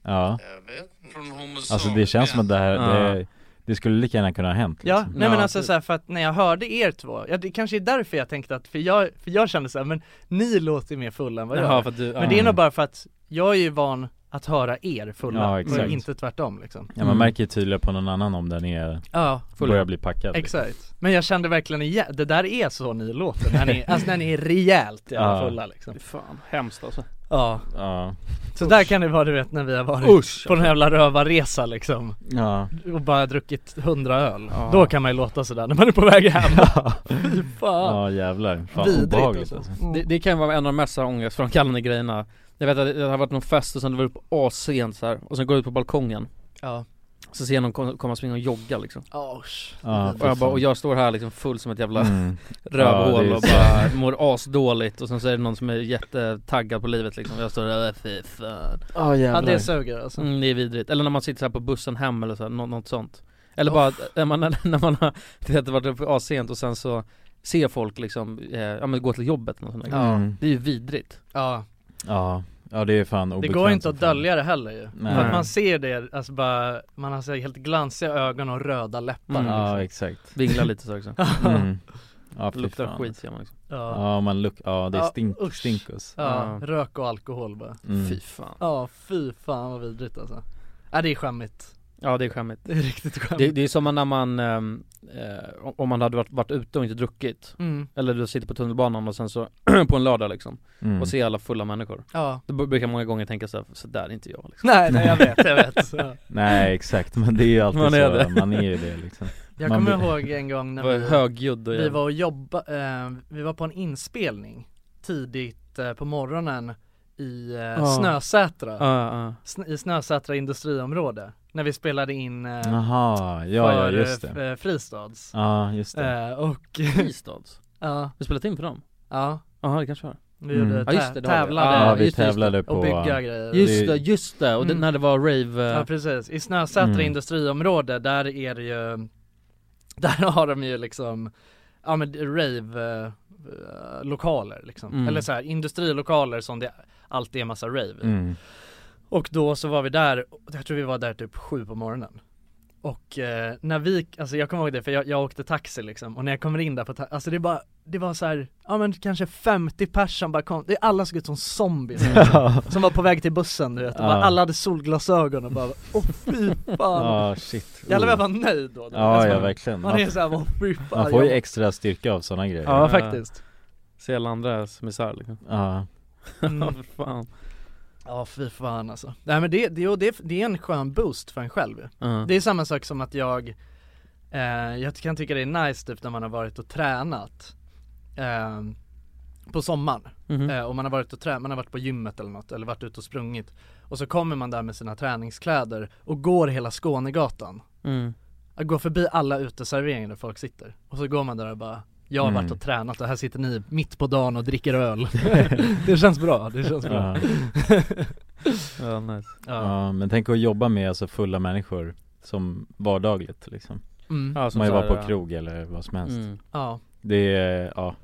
[SPEAKER 2] Ja,
[SPEAKER 10] Jag vet inte. Från Homo
[SPEAKER 2] alltså det känns som att det här,
[SPEAKER 5] Ja.
[SPEAKER 2] det, Det skulle lika gärna kunna ha hänt
[SPEAKER 7] Ja,
[SPEAKER 2] liksom.
[SPEAKER 7] nej men
[SPEAKER 5] Ja,
[SPEAKER 7] alltså
[SPEAKER 5] typ.
[SPEAKER 7] så här, för att när jag hörde er två, ja, det kanske är därför jag tänkte att, för jag, för jag kände så här, men ni låter mer fulla än vad jag
[SPEAKER 5] Jaha,
[SPEAKER 7] är.
[SPEAKER 5] för att du,
[SPEAKER 7] Men det är
[SPEAKER 2] Mm.
[SPEAKER 7] nog bara för att jag är ju van att höra er fulla,
[SPEAKER 2] Ja,
[SPEAKER 7] och
[SPEAKER 2] exakt.
[SPEAKER 7] inte tvärtom liksom
[SPEAKER 2] Ja man märker ju tydligare på någon annan om den är,
[SPEAKER 7] Ja,
[SPEAKER 2] börjar bli packad liksom.
[SPEAKER 7] exakt Men jag kände verkligen igen, det där är så ni låter, när ni, alltså när ni är rejält jävla
[SPEAKER 2] Ja.
[SPEAKER 7] fulla liksom
[SPEAKER 5] Fan, hemskt alltså
[SPEAKER 7] Ja,
[SPEAKER 2] Ja,
[SPEAKER 7] så där kan det vara du vet när vi har varit
[SPEAKER 5] Usch!
[SPEAKER 7] på en jävla rövarresa liksom
[SPEAKER 2] ja
[SPEAKER 7] och bara druckit hundra öl
[SPEAKER 5] Ja.
[SPEAKER 7] Då kan man ju låta sådär när man är på väg
[SPEAKER 2] <laughs>
[SPEAKER 7] hem Fy fan
[SPEAKER 2] Ja jävlar, fan
[SPEAKER 7] Vidrigt
[SPEAKER 2] obehagligt
[SPEAKER 7] alltså.
[SPEAKER 2] alltså.
[SPEAKER 5] Det, det kan ju vara en av de mest så här ångestframkallande grejerna Jag vet att det har varit någon fest och sen det var upp assent så här och sen går jag ut på balkongen
[SPEAKER 7] Ja,
[SPEAKER 5] Så ser jag någon kom- komma och springa och jogga liksom
[SPEAKER 7] usch
[SPEAKER 2] Ja,
[SPEAKER 5] Och jag, bara, och jag står här liksom full som ett jävla
[SPEAKER 2] Mm.
[SPEAKER 5] rövhål
[SPEAKER 2] Ja, det är
[SPEAKER 5] och bara mår asdåligt och sen så är det någon som är jättetaggad på livet liksom Jag står där och fy fan
[SPEAKER 2] oh,
[SPEAKER 7] Ja det suger alltså
[SPEAKER 5] mm, Det är vidrigt, eller när man sitter så här på bussen hem eller så här, nå- något sånt Eller bara att- när man, när man har, <laughs> du vet, varit uppe assent och sen så ser folk liksom, eh, ja men gå till jobbet eller något sånt där.
[SPEAKER 2] mm.
[SPEAKER 5] Det är ju vidrigt
[SPEAKER 7] Ja,
[SPEAKER 2] ja. ja det är fan
[SPEAKER 7] det
[SPEAKER 2] obekvämt
[SPEAKER 7] går inte
[SPEAKER 2] som
[SPEAKER 7] att
[SPEAKER 2] fan.
[SPEAKER 7] dölja det heller ju
[SPEAKER 2] Nej.
[SPEAKER 7] För att man ser det, alltså bara, man har så här helt glansiga ögon och röda läppar liksom.
[SPEAKER 5] Mm.
[SPEAKER 2] Ja exakt
[SPEAKER 5] Vinglar lite så också,
[SPEAKER 7] <laughs>
[SPEAKER 2] mm. Ja
[SPEAKER 5] det
[SPEAKER 2] fy
[SPEAKER 5] luktar
[SPEAKER 2] fan
[SPEAKER 5] skit ser man liksom
[SPEAKER 7] Ja,
[SPEAKER 2] Ja man luk, ja det är
[SPEAKER 7] Ja,
[SPEAKER 2] stink,
[SPEAKER 7] usch.
[SPEAKER 2] stinkus
[SPEAKER 7] ja,
[SPEAKER 5] Ja.
[SPEAKER 7] rök och alkohol bara
[SPEAKER 2] mm.
[SPEAKER 5] Fy fan
[SPEAKER 7] Ja, fy fan vad vidrigt alltså Ja det är skämmigt,
[SPEAKER 5] Ja det är skämmigt <laughs>
[SPEAKER 7] det är riktigt skämmigt
[SPEAKER 5] Det, det är som när man, ehm, eh, om man hade varit, varit ute och inte druckit
[SPEAKER 7] Mm,
[SPEAKER 5] Eller du sitter på tunnelbanan och sen så, <clears throat> på en lördag liksom,
[SPEAKER 2] Mm.
[SPEAKER 5] och ser alla fulla människor
[SPEAKER 7] ja
[SPEAKER 5] Då b- brukar jag många gånger tänka såhär, så där är inte jag
[SPEAKER 7] <laughs>
[SPEAKER 5] liksom
[SPEAKER 7] Nej, nej jag vet, <laughs> jag vet Ja.
[SPEAKER 2] Nej exakt, men det
[SPEAKER 7] <laughs>
[SPEAKER 2] är ju alltid
[SPEAKER 5] Man
[SPEAKER 2] man
[SPEAKER 5] är
[SPEAKER 2] är så,
[SPEAKER 5] det.
[SPEAKER 2] man är ju det liksom
[SPEAKER 7] Jag
[SPEAKER 2] Man
[SPEAKER 7] kommer
[SPEAKER 2] blir-
[SPEAKER 7] ihåg en gång när
[SPEAKER 5] Var
[SPEAKER 7] vi,
[SPEAKER 5] högljudd och
[SPEAKER 7] vi var och jobba, eh, vi var på en inspelning tidigt eh, på morgonen i eh,
[SPEAKER 5] Ja.
[SPEAKER 7] Snösätra,
[SPEAKER 5] Ja, <laughs> ja.
[SPEAKER 7] Sn- i Snösätra industriområde När vi spelade in eh,
[SPEAKER 2] Jaha, ja ja
[SPEAKER 7] för
[SPEAKER 2] just det
[SPEAKER 7] eh, f- Fristads
[SPEAKER 2] Ja just det
[SPEAKER 7] eh, och <laughs>
[SPEAKER 5] Fristads,
[SPEAKER 7] ja,
[SPEAKER 5] vi spelat in för dem?
[SPEAKER 7] ja,
[SPEAKER 5] Jaha det kanske var
[SPEAKER 7] vi
[SPEAKER 2] Mm.
[SPEAKER 7] gjorde
[SPEAKER 5] Ja, just det,
[SPEAKER 7] tä-
[SPEAKER 5] det har vi.
[SPEAKER 7] tävlade
[SPEAKER 2] Ja vi
[SPEAKER 5] just det, just
[SPEAKER 2] tävlade
[SPEAKER 7] och
[SPEAKER 2] på
[SPEAKER 7] bygga grejer
[SPEAKER 2] Det-
[SPEAKER 5] Just det, just det! Och det,
[SPEAKER 7] Mm.
[SPEAKER 5] när det var rave, eh,
[SPEAKER 7] Ja precis, i Snösätra
[SPEAKER 2] Mm.
[SPEAKER 7] industriområde där är det ju <laughs> Där har de ju liksom Ja men rave eh, eh, lokaler liksom,
[SPEAKER 5] Mm.
[SPEAKER 7] eller så här industrilokaler som det alltid är massa rave i.
[SPEAKER 2] mm.
[SPEAKER 7] Och då så var vi där, jag tror vi var där typ sju på morgonen Och eh, när vi, alltså jag kommer ihåg det för jag, jag åkte taxi liksom och när jag kommer in där på ta- alltså det är bara det var så här, ja men kanske 50 pers som bara kom, det är alla såg ut som zombies
[SPEAKER 2] <laughs>
[SPEAKER 7] liksom. Som var på väg till bussen du vet, och bara,
[SPEAKER 2] Ja.
[SPEAKER 7] alla hade solglasögon och bara åh fy fan
[SPEAKER 2] Ja shit
[SPEAKER 7] Jävlar vad jag
[SPEAKER 2] Oh.
[SPEAKER 7] var nöjd då du vet.
[SPEAKER 2] Ja
[SPEAKER 7] Alltså,
[SPEAKER 2] ja
[SPEAKER 7] man,
[SPEAKER 2] verkligen,
[SPEAKER 7] man är
[SPEAKER 2] man,
[SPEAKER 7] såhär, åh fy fan
[SPEAKER 2] man får ju
[SPEAKER 7] jag-
[SPEAKER 2] extra styrka av sådana grejer
[SPEAKER 7] Ja faktiskt
[SPEAKER 5] se alla andras misär liksom
[SPEAKER 2] Ja,
[SPEAKER 5] Ja
[SPEAKER 7] Mm.
[SPEAKER 5] för fan
[SPEAKER 7] Ja fy fan alltså Nej men det, det, jo, det, det är en skön boost för en själv ju.
[SPEAKER 5] Ja.
[SPEAKER 7] Det är samma sak som att jag eh, Jag kan tycka det är nice typ när man har varit och tränat eh, På sommaren
[SPEAKER 5] Mhm.
[SPEAKER 2] Mm.
[SPEAKER 7] eh, och man har varit och tränat, man har varit på gymmet eller något eller varit ute och sprungit Och så kommer man där med sina träningskläder och går hela Skånegatan
[SPEAKER 5] Mm.
[SPEAKER 7] Jag Går förbi alla uteserveringar där folk sitter Och så går man där och bara jag har varit
[SPEAKER 2] Mm.
[SPEAKER 7] och tränat och här sitter ni mitt på dagen och
[SPEAKER 2] <laughs>
[SPEAKER 7] dricker öl Det känns bra, det känns bra
[SPEAKER 2] ja.
[SPEAKER 5] Ja, nice
[SPEAKER 7] <laughs> Ja,
[SPEAKER 2] ja men tänk att jobba med alltså fulla människor som vardagligt liksom
[SPEAKER 7] mm.
[SPEAKER 5] Ja, som
[SPEAKER 2] Man
[SPEAKER 5] så här,
[SPEAKER 2] jobbar
[SPEAKER 5] ja.
[SPEAKER 2] på krog eller vad som helst
[SPEAKER 5] Alltså mm.
[SPEAKER 7] ja.
[SPEAKER 2] Det är, ja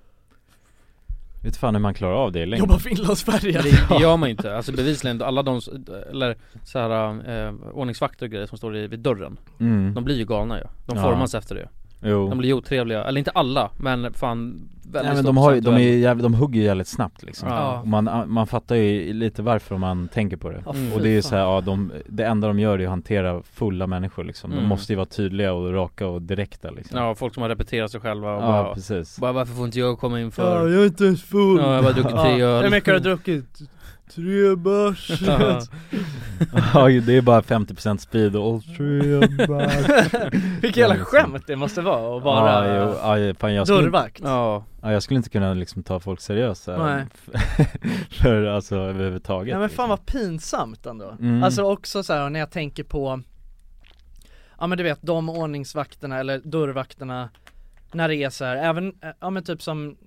[SPEAKER 2] Vet fan hur man klarar av det längre
[SPEAKER 7] Jobba Finlandsfärja
[SPEAKER 5] Men
[SPEAKER 7] <laughs>
[SPEAKER 5] det, det gör man ju inte, alltså bevisligen alla de, s- eller så här, eh, ordningsvakter och grejer som står i- vid dörren
[SPEAKER 2] mm.
[SPEAKER 5] De blir ju galna ju, de
[SPEAKER 2] Ja.
[SPEAKER 5] formas efter det
[SPEAKER 2] Jo
[SPEAKER 5] De blir ju otrevliga, eller inte alla men fan väldigt
[SPEAKER 2] Nej men
[SPEAKER 5] stor
[SPEAKER 2] de har ju,
[SPEAKER 5] procent
[SPEAKER 2] de är
[SPEAKER 5] väl.
[SPEAKER 2] ju jävligt, de hugger ju jävligt snabbt liksom
[SPEAKER 7] Ja.
[SPEAKER 5] ja.
[SPEAKER 2] Och Man, man fattar ju lite varför om man tänker på det
[SPEAKER 7] Ja,
[SPEAKER 5] Mm.
[SPEAKER 7] fy
[SPEAKER 2] Och det är ju
[SPEAKER 7] fan.
[SPEAKER 2] så här, ja, de, det enda de gör är att hantera fulla människor liksom De
[SPEAKER 5] Mm.
[SPEAKER 2] måste ju vara tydliga och raka och direkta liksom
[SPEAKER 5] ja, folk som har repeterat sig själva och
[SPEAKER 2] Ja,
[SPEAKER 5] bara,
[SPEAKER 2] precis
[SPEAKER 5] bara varför får inte jag komma in
[SPEAKER 6] Ja,
[SPEAKER 5] för?
[SPEAKER 6] jag är inte ens full!
[SPEAKER 5] Ja, jag har bara druckit
[SPEAKER 7] Ja.
[SPEAKER 5] tre öl
[SPEAKER 7] Hur mycket har du druckit?
[SPEAKER 6] Tre bärs!
[SPEAKER 7] <laughs>
[SPEAKER 5] Ja.
[SPEAKER 2] <laughs> Ja ju, det är bara 50% speed och
[SPEAKER 5] <laughs>
[SPEAKER 2] all three
[SPEAKER 7] Vilket jävla skämt det måste vara att vara
[SPEAKER 2] ja, jo, ja, ju, fan, jag, skulle,
[SPEAKER 7] dörrvakt
[SPEAKER 5] Ja,
[SPEAKER 2] ja, jag skulle inte kunna liksom ta folk seriöst så här,
[SPEAKER 7] Nej.
[SPEAKER 2] <laughs> För alltså överhuvudtaget
[SPEAKER 7] Ja men
[SPEAKER 2] liksom.
[SPEAKER 7] fan vad pinsamt ändå
[SPEAKER 2] Mm.
[SPEAKER 7] Alltså också så här när jag tänker på Ja men du vet de ordningsvakterna eller dörrvakterna När det är så här, även, ja men typ som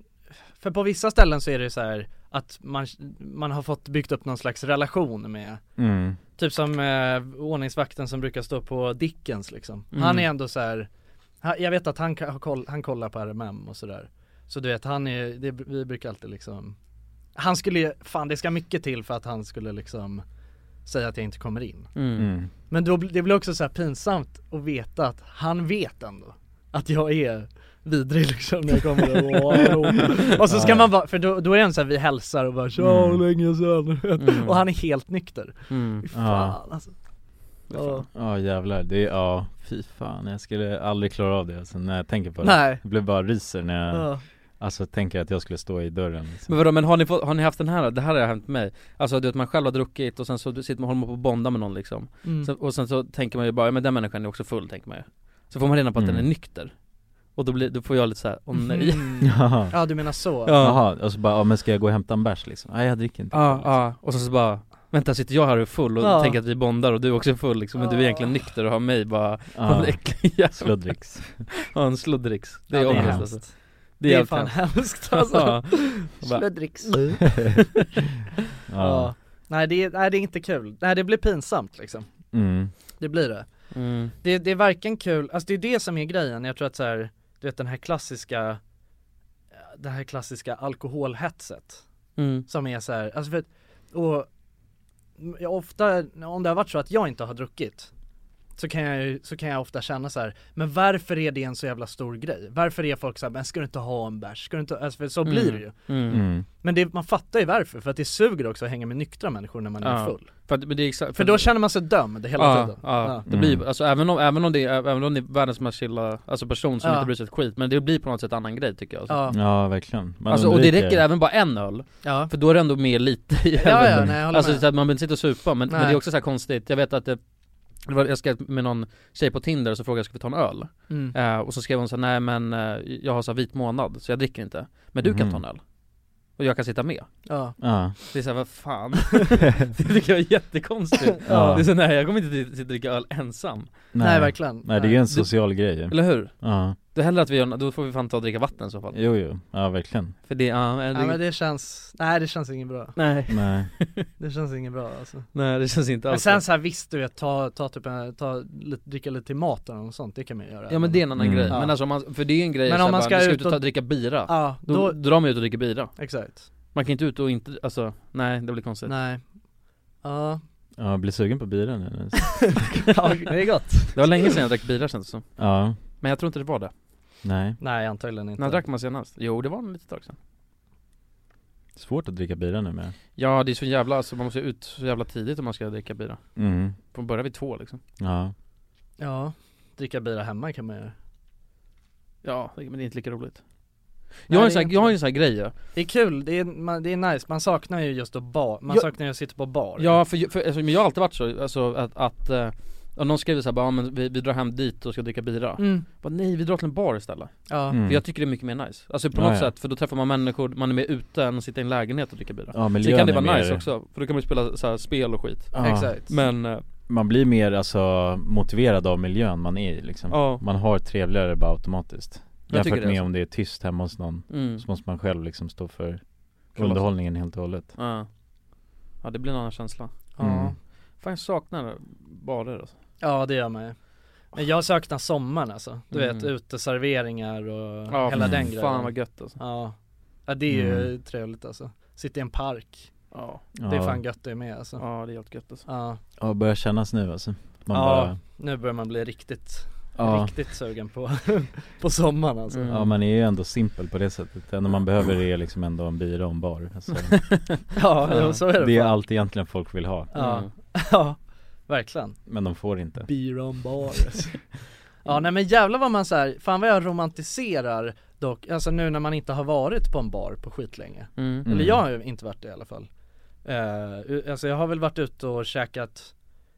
[SPEAKER 7] För på vissa ställen så är det så här att man, man har fått byggt upp någon slags relation med
[SPEAKER 2] mm.
[SPEAKER 7] Typ som eh, ordningsvakten som brukar stå på Dickens liksom.
[SPEAKER 5] Mm.
[SPEAKER 7] Han är ändå så här. Han, jag vet att han, kan- har koll, han kollar på RMM och sådär. Så du vet han är, det, vi brukar alltid liksom Han skulle ju- fan det ska mycket till för att han skulle liksom säga att jag inte kommer in.
[SPEAKER 5] Mm.
[SPEAKER 2] Mm.
[SPEAKER 7] Men då, bl- det blir också så här pinsamt att veta att han vet ändå att jag är vidrig liksom när jag kommer där.
[SPEAKER 5] <laughs>
[SPEAKER 7] Wow. Och så ska man bara, för då, då är det en så här, vi hälsar och bara tja hur länge sedan?
[SPEAKER 5] Mm.
[SPEAKER 7] Och han är helt nykter.
[SPEAKER 5] Mm.
[SPEAKER 7] Fy Fan alltså. Ja.
[SPEAKER 2] Ja jävlar, det är, ja fy fan jag skulle aldrig klara av det alltså, när jag tänker på det
[SPEAKER 7] Nej.
[SPEAKER 2] Jag blev bara ryser när jag,
[SPEAKER 7] Ja.
[SPEAKER 2] alltså tänker att jag skulle stå i dörren liksom.
[SPEAKER 5] Men vadå, men har ni, fått, har ni haft den här då? Det här har hänt mig Alltså du vet man själv har druckit och sen så sitter man, håller man på och bondar med någon liksom
[SPEAKER 7] Mm.
[SPEAKER 5] så, Och sen så tänker man ju bara, ja men den människan är också full tänker man ju Så får man reda på att
[SPEAKER 2] Mm.
[SPEAKER 5] den är nykter Och då, blir, då får jag lite såhär, åh nej
[SPEAKER 2] <laughs>
[SPEAKER 7] Mm.
[SPEAKER 2] Jaha,
[SPEAKER 7] <laughs> Ja du menar så.
[SPEAKER 2] Jaha, och så bara, ja, men ska jag gå och hämta en bärs liksom? Nej jag dricker inte
[SPEAKER 5] Ja, ja, och så, så bara Vänta sitter jag här och är full och
[SPEAKER 7] Ja.
[SPEAKER 5] tänker att vi bondar och du är också full liksom, men du är egentligen nykter och har mig bara,
[SPEAKER 2] Ja,
[SPEAKER 5] en äcklig jävel
[SPEAKER 2] Sluddricks <laughs>
[SPEAKER 5] Ja en sluddricks, det är
[SPEAKER 7] Ja, det är
[SPEAKER 5] ångest
[SPEAKER 2] hemskt.
[SPEAKER 5] alltså
[SPEAKER 7] det, är
[SPEAKER 5] jävligt
[SPEAKER 7] fan
[SPEAKER 5] hemskt.
[SPEAKER 7] hemskt alltså. <laughs>
[SPEAKER 5] Ja. Och bara,
[SPEAKER 7] Sluddricks.
[SPEAKER 2] <laughs> Ja,
[SPEAKER 7] Ja. Nej det, är, nej det är inte kul. Nej det blir pinsamt liksom.
[SPEAKER 2] mm,
[SPEAKER 7] Det blir det.
[SPEAKER 5] mm,
[SPEAKER 7] Det, det är varken kul, alltså det är det som är grejen, jag tror att så här, du vet den här klassiska Det här klassiska alkoholhetset
[SPEAKER 5] mm,
[SPEAKER 7] som är så här, alltså för att, och jag ofta, om det har varit så att jag inte har druckit så kan jag ju, så kan jag ofta känna så här, men varför är det en så jävla stor grej? Varför är folk så här, men ska du inte ha en bärs? Ska du inte, alltså för så blir det ju
[SPEAKER 5] mm.
[SPEAKER 2] mm,
[SPEAKER 7] Men det, man fattar ju varför, för att det suger också att hänga med nyktra människor när man är
[SPEAKER 5] Ja.
[SPEAKER 7] full
[SPEAKER 5] För, att- men det är exakt,
[SPEAKER 7] För då känner man sig dömd hela
[SPEAKER 5] ja,
[SPEAKER 7] tiden
[SPEAKER 5] Ja,
[SPEAKER 7] Ja.
[SPEAKER 5] det blir,
[SPEAKER 2] Mm.
[SPEAKER 5] alltså även om, även om det är, även om det är världens mest chilla, alltså person som
[SPEAKER 7] Ja.
[SPEAKER 5] inte bryr sig ett skit Men det blir på något sätt annan grej tycker jag alltså.
[SPEAKER 7] Ja,
[SPEAKER 2] ja verkligen Man
[SPEAKER 5] Alltså, och det
[SPEAKER 2] undviker-
[SPEAKER 5] räcker även bara en öl, <laughs>
[SPEAKER 7] ja,
[SPEAKER 5] för då är det ändå med lite i
[SPEAKER 7] ja, ja
[SPEAKER 5] helvete.
[SPEAKER 7] nej, jag håller
[SPEAKER 5] Alltså
[SPEAKER 7] med
[SPEAKER 5] så att man behöver inte sitta och supa, men, men
[SPEAKER 7] Nej.
[SPEAKER 5] det är också så här konstigt, jag vet att det, det var- jag skrev med någon tjej på Tinder och så frågade jag ska vi ta en öl?
[SPEAKER 7] Mm.
[SPEAKER 5] Eh, och så skrev hon så här, nej men eh, jag har så här vit månad så jag dricker inte, men du kan
[SPEAKER 2] Mhm.
[SPEAKER 5] ta en öl Och jag kan sitta med
[SPEAKER 7] Ja,
[SPEAKER 2] Ja,
[SPEAKER 5] Det är såhär, vad fan?
[SPEAKER 2] <laughs>
[SPEAKER 5] <laughs> det tycker jag är jättekonstigt
[SPEAKER 2] Ja.
[SPEAKER 5] Det är så, nej jag kommer inte till att dricka öl ensam,
[SPEAKER 7] nej,
[SPEAKER 2] nej,
[SPEAKER 7] verkligen
[SPEAKER 2] Nej det är ju en social grej ju
[SPEAKER 5] eller hur?
[SPEAKER 2] Ja,
[SPEAKER 5] Då hellre att vi gör, då får vi fan ta och dricka vatten i så fall
[SPEAKER 2] jo jo, ja verkligen
[SPEAKER 5] För det, ja, det,
[SPEAKER 7] Nej men det känns, nej det känns inget bra
[SPEAKER 5] nej,
[SPEAKER 2] Nej,
[SPEAKER 7] Det känns inget bra alltså
[SPEAKER 5] nej det känns inte
[SPEAKER 7] Men
[SPEAKER 5] alls
[SPEAKER 7] sen så här, visst du vet, ta, ta typ en, ta, lite, dricka lite till maten och sånt, det kan man ju göra
[SPEAKER 5] Ja men det är en annan
[SPEAKER 2] Mm.
[SPEAKER 5] grej,
[SPEAKER 7] Ja.
[SPEAKER 5] men alltså om man, för det är en grej
[SPEAKER 7] Men
[SPEAKER 5] så
[SPEAKER 7] om
[SPEAKER 5] här
[SPEAKER 7] man
[SPEAKER 5] bara,
[SPEAKER 7] ska
[SPEAKER 5] vi ska
[SPEAKER 7] ut
[SPEAKER 5] ut och,
[SPEAKER 7] och-
[SPEAKER 5] ta, dricka bira,
[SPEAKER 7] Ja,
[SPEAKER 5] då,
[SPEAKER 7] då,
[SPEAKER 5] då drar man ut och dricker bira
[SPEAKER 7] exakt
[SPEAKER 5] Man kan inte ut och inte, alltså, nej det blir konstigt
[SPEAKER 7] Nej
[SPEAKER 5] <laughs>
[SPEAKER 7] Ja,
[SPEAKER 2] ja jag blir sugen på bira nu
[SPEAKER 7] ja det är gott
[SPEAKER 5] Det var länge sedan jag drack bira känns det som,
[SPEAKER 2] Ja,
[SPEAKER 5] men jag tror inte det var det
[SPEAKER 2] nej,
[SPEAKER 7] Nej antagligen inte
[SPEAKER 5] När drack man senast? Jo det var nog lite tag sedan
[SPEAKER 2] svårt att dricka bira nu med
[SPEAKER 5] Ja det är så jävla, alltså man måste ju ut så jävla tidigt om man ska dricka bira
[SPEAKER 2] Mm,
[SPEAKER 5] Får börja vid två liksom
[SPEAKER 2] ja
[SPEAKER 7] Ja, dricka bira hemma kan man göra
[SPEAKER 5] Ja, men det är inte lika roligt
[SPEAKER 7] Nej,
[SPEAKER 5] Jag har
[SPEAKER 7] det
[SPEAKER 5] en
[SPEAKER 7] är
[SPEAKER 5] sån här,
[SPEAKER 7] inte
[SPEAKER 5] jag har
[SPEAKER 7] det.
[SPEAKER 5] en sån här grej ja.
[SPEAKER 7] Det är kul, det är, man, det är nice, man saknar ju just att bar, man
[SPEAKER 5] Ja.
[SPEAKER 7] saknar ju att sitta på bar
[SPEAKER 5] Ja för, för alltså, men jag har alltid varit så, alltså att, att eh, om någon skriver såhär bara, ja, men vi, vi drar hem dit och ska dricka bira
[SPEAKER 7] mm.
[SPEAKER 5] bara, Nej vi drar till en bar istället
[SPEAKER 7] Ja,
[SPEAKER 2] Mm.
[SPEAKER 5] För jag tycker det är mycket mer nice Alltså på
[SPEAKER 2] Ja,
[SPEAKER 5] något
[SPEAKER 2] ja.
[SPEAKER 5] sätt, för då träffar man människor, man är mer ute än att sitta i en lägenhet och dricka bira
[SPEAKER 2] Ja
[SPEAKER 5] Sen
[SPEAKER 2] miljön
[SPEAKER 5] kan det
[SPEAKER 2] är
[SPEAKER 5] vara
[SPEAKER 2] mer...
[SPEAKER 5] nice också, för då kan man ju spela så här spel och skit
[SPEAKER 2] Ja,
[SPEAKER 7] exakt
[SPEAKER 5] Men, eh,
[SPEAKER 2] Man blir mer alltså motiverad av miljön man är i liksom
[SPEAKER 5] ja,
[SPEAKER 2] Man har trevligare bara automatiskt
[SPEAKER 5] Jag
[SPEAKER 2] Jämfört
[SPEAKER 5] tycker det,
[SPEAKER 2] med
[SPEAKER 5] alltså.
[SPEAKER 2] om det är tyst hemma hos någon
[SPEAKER 5] mm,
[SPEAKER 2] Så måste man själv liksom stå för
[SPEAKER 5] Kalas.
[SPEAKER 2] underhållningen helt och hållet
[SPEAKER 5] ja Ja det blir en annan känsla
[SPEAKER 7] ja.
[SPEAKER 2] Mm.
[SPEAKER 5] Fan jag saknar barer alltså.
[SPEAKER 7] ja det gör man ju Men jag saknar sommaren alltså, du
[SPEAKER 5] Mm.
[SPEAKER 7] vet uteserveringar och
[SPEAKER 5] Ja,
[SPEAKER 7] hela
[SPEAKER 2] fy
[SPEAKER 7] den
[SPEAKER 5] fan
[SPEAKER 7] grejen
[SPEAKER 5] vad gött alltså.
[SPEAKER 7] Ja, ja det är ju
[SPEAKER 2] Mm.
[SPEAKER 7] trevligt alltså. Sitta i en park,
[SPEAKER 5] ja,
[SPEAKER 7] det är
[SPEAKER 2] ja.
[SPEAKER 7] fan gött det med alltså. Ja.
[SPEAKER 5] ja det är helt gött alltså.
[SPEAKER 2] Ja, börjar kännas nu alltså Man
[SPEAKER 7] Ja.
[SPEAKER 2] bara,
[SPEAKER 7] Nu börjar man bli riktigt,
[SPEAKER 2] ja,
[SPEAKER 7] riktigt sugen på, <laughs> på sommaren alltså.
[SPEAKER 5] Mm. <laughs>
[SPEAKER 2] ja man är ju ändå simpel på det sättet Det enda man behöver är liksom ändå en bira och en bar
[SPEAKER 5] <laughs>
[SPEAKER 2] alltså,
[SPEAKER 7] Ja, jo, så är det.
[SPEAKER 2] Det är
[SPEAKER 7] fan.
[SPEAKER 2] allt egentligen folk vill ha
[SPEAKER 7] Ja, ja, verkligen.
[SPEAKER 2] Men de får inte
[SPEAKER 7] Beer on <laughs> bar alltså. Ja nej men jävlar vad man såhär, fan vad jag romantiserar dock, alltså nu när man inte har varit på en bar på skitlänge.
[SPEAKER 5] Mm.
[SPEAKER 2] Mm.
[SPEAKER 7] Eller jag har ju inte varit det i alla fall. Eh, u- alltså jag har väl varit ute och käkat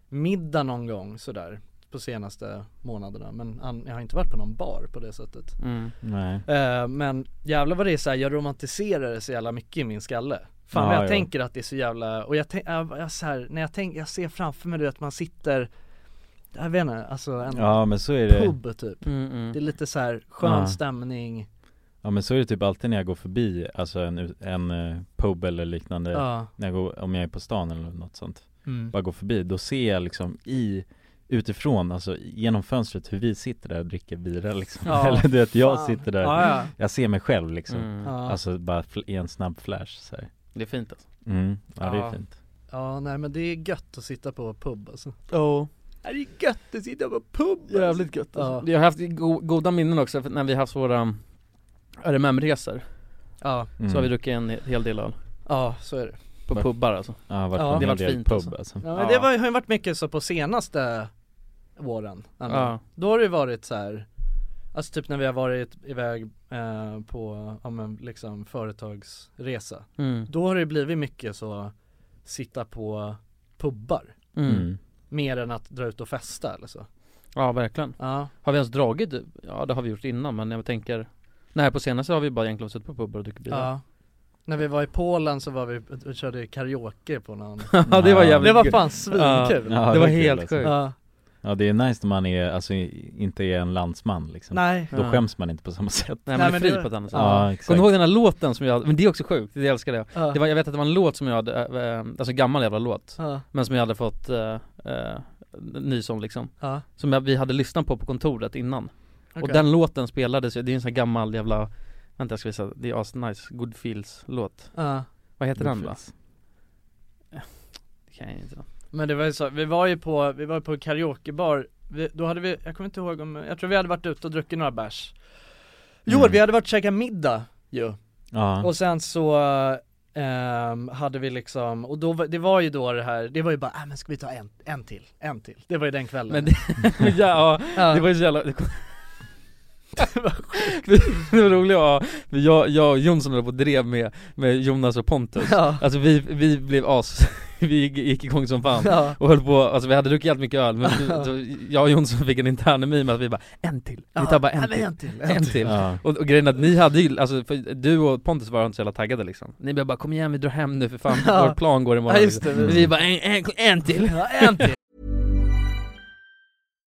[SPEAKER 7] middag någon gång sådär på senaste månaderna men an- jag har inte varit på någon bar på det sättet.
[SPEAKER 5] Mm.
[SPEAKER 2] Nej
[SPEAKER 7] Eh, men jävlar vad det är såhär, jag romantiserar det så jävla mycket i min skalle. Fan
[SPEAKER 2] Ja,
[SPEAKER 7] vad jag
[SPEAKER 2] ja.
[SPEAKER 7] tänker att det är så jävla, och jag, tänk, jag, jag, så här, när jag, tänk, jag ser framför mig du vet, man sitter, jag vet inte, alltså en
[SPEAKER 2] Ja men så är det
[SPEAKER 7] pub typ.
[SPEAKER 5] Mm, mm.
[SPEAKER 7] Det är lite så här skön
[SPEAKER 2] Ja.
[SPEAKER 7] stämning,
[SPEAKER 2] Ja men så är det typ alltid när jag går förbi alltså en, en eh, pub eller liknande
[SPEAKER 7] ja.
[SPEAKER 2] när jag går, om jag är på stan eller något sånt,
[SPEAKER 7] Mm.
[SPEAKER 2] bara går förbi, då ser jag liksom i utifrån, alltså genom fönstret hur vi sitter där och dricker bira liksom <laughs>
[SPEAKER 7] Ja,
[SPEAKER 2] Eller du vet, jag
[SPEAKER 7] fan.
[SPEAKER 2] sitter där,
[SPEAKER 7] Ja, ja.
[SPEAKER 2] jag ser mig själv liksom
[SPEAKER 5] Mm.
[SPEAKER 7] Ja.
[SPEAKER 2] Alltså bara fl- i en snabb flash så här.
[SPEAKER 5] Det är fint alltså.
[SPEAKER 2] Mm, ja, det
[SPEAKER 7] Ja.
[SPEAKER 2] är fint
[SPEAKER 7] Ja Ja, nej men det är gött att sitta på pub alltså.
[SPEAKER 6] Ja,
[SPEAKER 7] Det är gött att sitta på pub!
[SPEAKER 6] jävligt gött alltså.
[SPEAKER 7] Ja,
[SPEAKER 5] Jag har haft go- goda minnen också för när vi har haft våra um, RMM-resor
[SPEAKER 7] ja,
[SPEAKER 2] Mm.
[SPEAKER 5] Så har vi druckit en hel del öl
[SPEAKER 7] ja så är det.
[SPEAKER 5] på
[SPEAKER 2] Va?
[SPEAKER 5] pubbar alltså
[SPEAKER 2] Ja, varit
[SPEAKER 7] Ja.
[SPEAKER 2] på en
[SPEAKER 5] Det har
[SPEAKER 2] hel
[SPEAKER 5] varit
[SPEAKER 2] del
[SPEAKER 5] fint
[SPEAKER 2] pub
[SPEAKER 5] alltså.
[SPEAKER 2] alltså.
[SPEAKER 7] Ja, men det var, har ju varit mycket så på senaste åren.
[SPEAKER 5] Ja.
[SPEAKER 7] Då har det varit så här. Alltså typ när vi har varit iväg eh, på, ja men liksom företagsresa.
[SPEAKER 5] Mm.
[SPEAKER 7] Då har det blivit mycket så, sitta på pubbar.
[SPEAKER 5] Mm.
[SPEAKER 2] Mm.
[SPEAKER 7] Mer än att dra ut och festa eller så.
[SPEAKER 5] Ja verkligen
[SPEAKER 7] Ja,
[SPEAKER 5] Har vi ens dragit? Ja det har vi gjort innan men jag tänker Nej på senaste har vi bara egentligen suttit på pubbar och druckit bira
[SPEAKER 7] ja. När vi var i Polen så var vi, vi körde karaoke på någon
[SPEAKER 5] <laughs> Ja det var
[SPEAKER 2] Ja.
[SPEAKER 5] jävligt
[SPEAKER 7] Det var
[SPEAKER 5] kul.
[SPEAKER 7] fan svinkul!
[SPEAKER 2] Ja,
[SPEAKER 5] Det var
[SPEAKER 2] kul,
[SPEAKER 5] helt
[SPEAKER 2] alltså.
[SPEAKER 5] sjukt
[SPEAKER 7] Ja.
[SPEAKER 2] Ja, det är nice när man är, alltså, i- inte är en landsman liksom.
[SPEAKER 7] Nej,
[SPEAKER 2] Då
[SPEAKER 5] Ja.
[SPEAKER 2] skäms man inte på samma sätt.
[SPEAKER 7] Nej,
[SPEAKER 5] Nej, man är
[SPEAKER 7] men
[SPEAKER 5] fri
[SPEAKER 7] det-
[SPEAKER 5] på ett annat sätt
[SPEAKER 7] Ja.
[SPEAKER 2] Ja,
[SPEAKER 5] Kommer
[SPEAKER 2] exakt.
[SPEAKER 5] du ihåg den här låten som jag hade? Men det är också sjukt, det älskade jag
[SPEAKER 7] ja.
[SPEAKER 5] det var, Jag vet att det var en låt som jag hade, äh, alltså en gammal jävla låt
[SPEAKER 7] ja.
[SPEAKER 5] Men som jag hade fått äh, äh, ny som liksom
[SPEAKER 7] ja.
[SPEAKER 5] Som jag, vi hade lyssnat på på kontoret innan Och
[SPEAKER 7] Okej.
[SPEAKER 5] den låten spelades ju, det är en sån här gammal jävla Vänta jag ska visa, det är asnice, Good Feels låt
[SPEAKER 7] ja.
[SPEAKER 5] Vad heter
[SPEAKER 2] Good
[SPEAKER 5] den
[SPEAKER 2] Feels.
[SPEAKER 5] då? Eh, Det kan jag inte <laughs>
[SPEAKER 7] Men det var ju så, vi var ju på, vi var ju på karaokebar, vi, då hade vi, jag kommer inte ihåg om, jag tror vi hade varit ute och druckit några bärs
[SPEAKER 5] Mm.
[SPEAKER 7] Jo,
[SPEAKER 2] Mm.
[SPEAKER 7] vi hade varit och käkat middag ju,
[SPEAKER 2] Ja,
[SPEAKER 7] och sen så ehm, hade vi liksom, och då, var- det var ju då det här, det var ju bara, äh, men ska vi ta en, en till, en till, det var ju den kvällen
[SPEAKER 5] Men det, ja, ja,
[SPEAKER 7] ja.
[SPEAKER 5] det var ju så jävla <laughs> Det, kom... det var roligt, ja, Men jag, jag och Jonsson höll på och drev med, med Jonas och Pontus
[SPEAKER 7] ja.
[SPEAKER 5] Alltså vi, vi blev as, <laughs> vi gick, gick igång som fan
[SPEAKER 7] Ja.
[SPEAKER 5] och höll på, alltså vi hade druckit jävligt mycket öl men
[SPEAKER 7] <laughs>
[SPEAKER 5] vi- jag och Jonsson fick en intern meme att vi bara en till, vi tar bara
[SPEAKER 7] Ja,
[SPEAKER 5] en
[SPEAKER 7] men
[SPEAKER 5] till,
[SPEAKER 7] en till,
[SPEAKER 5] en till
[SPEAKER 2] ja.
[SPEAKER 5] Och, och grejen är att ni hade ju, alltså för du och Pontus var inte så jävla taggade liksom Ni blev bara 'Kom igen vi drar hem nu för fan,
[SPEAKER 7] <laughs> Ja.
[SPEAKER 5] vår plan går imorgon'
[SPEAKER 7] Ja just det,
[SPEAKER 2] Mm.
[SPEAKER 5] Vi bara en, en, en till!
[SPEAKER 7] ja, en till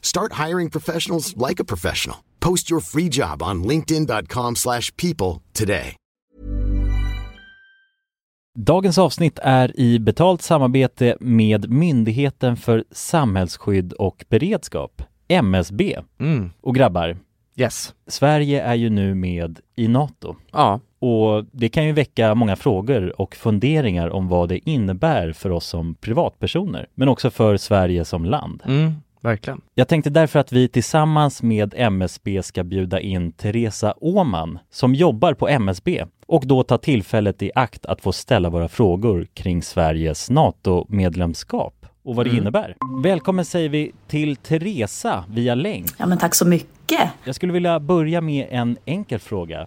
[SPEAKER 11] Start hiring professionals like a professional. Post your free job on linkedin.com/people slash people today.
[SPEAKER 2] Dagens avsnitt är i betalt samarbete med Myndigheten för samhällsskydd och beredskap, MSB.
[SPEAKER 3] Mm.
[SPEAKER 2] Och grabbar,
[SPEAKER 3] Yes.
[SPEAKER 2] Sverige är ju nu med i NATO.
[SPEAKER 3] Ja.
[SPEAKER 2] Och det kan ju väcka många frågor och funderingar om vad det innebär för oss som privatpersoner, men också för Sverige som land.
[SPEAKER 3] Mm. Verkligen.
[SPEAKER 2] Jag tänkte därför att vi tillsammans med MSB ska bjuda in Teresa Åman som jobbar på MSB och då ta tillfället i akt att få ställa våra frågor kring Sveriges NATO-medlemskap och vad det innebär. Välkommen säger vi till Teresa via länk.
[SPEAKER 12] Ja, men tack så mycket.
[SPEAKER 2] Jag skulle vilja börja med en enkel fråga.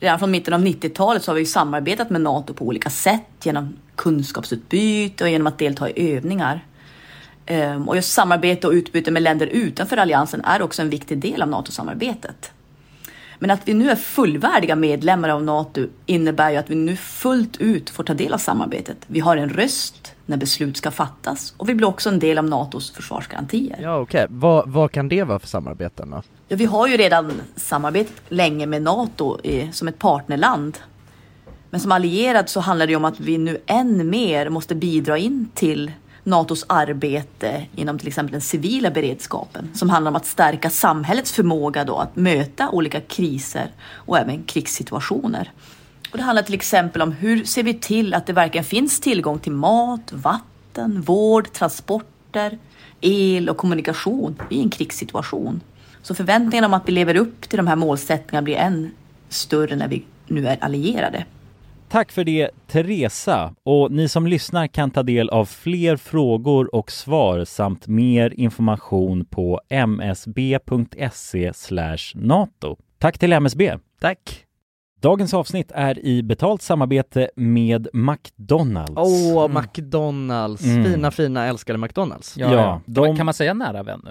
[SPEAKER 12] Redan från mitten av 90-talet så har vi ju samarbetat med NATO på olika sätt genom kunskapsutbyte och genom att delta i övningar. Ehm, Och just samarbete och utbyte med länder utanför alliansen är också en viktig del av NATO-samarbetet.
[SPEAKER 13] Men att vi nu är fullvärdiga medlemmar av NATO innebär ju att vi nu fullt ut får ta del av samarbetet. Vi har en röst när beslut ska fattas och vi blir också en del av NATOs försvarsgarantier.
[SPEAKER 14] Ja okej, vad, vad kan det vara för samarbeten då?
[SPEAKER 13] Ja, vi har ju redan samarbetat länge med NATO eh, som ett partnerland. Men som allierad så handlar det ju om att vi nu än mer måste bidra in till NATOs arbete inom till exempel den civila beredskapen som handlar om att stärka samhällets förmåga då att möta olika kriser och även krigssituationer. Och det handlar till exempel om hur ser vi till att det verkligen finns tillgång till mat, vatten, vård, transporter, el och kommunikation i en krigssituation. Så förväntningarna om att vi lever upp till de här målsättningarna blir än större när vi nu är allierade.
[SPEAKER 2] Tack för det, Teresa. Och ni som lyssnar kan ta del av fler frågor och svar samt mer information på msb.se E nato. Tack till MSB.
[SPEAKER 14] Tack.
[SPEAKER 2] Dagens avsnitt är i betalt samarbete med McDonalds.
[SPEAKER 14] Åh, McDonalds.
[SPEAKER 2] Mm.
[SPEAKER 14] Fina, fina, älskade McDonalds.
[SPEAKER 2] Ja, Ja, ja. de-
[SPEAKER 14] Kan man säga nära vän nu?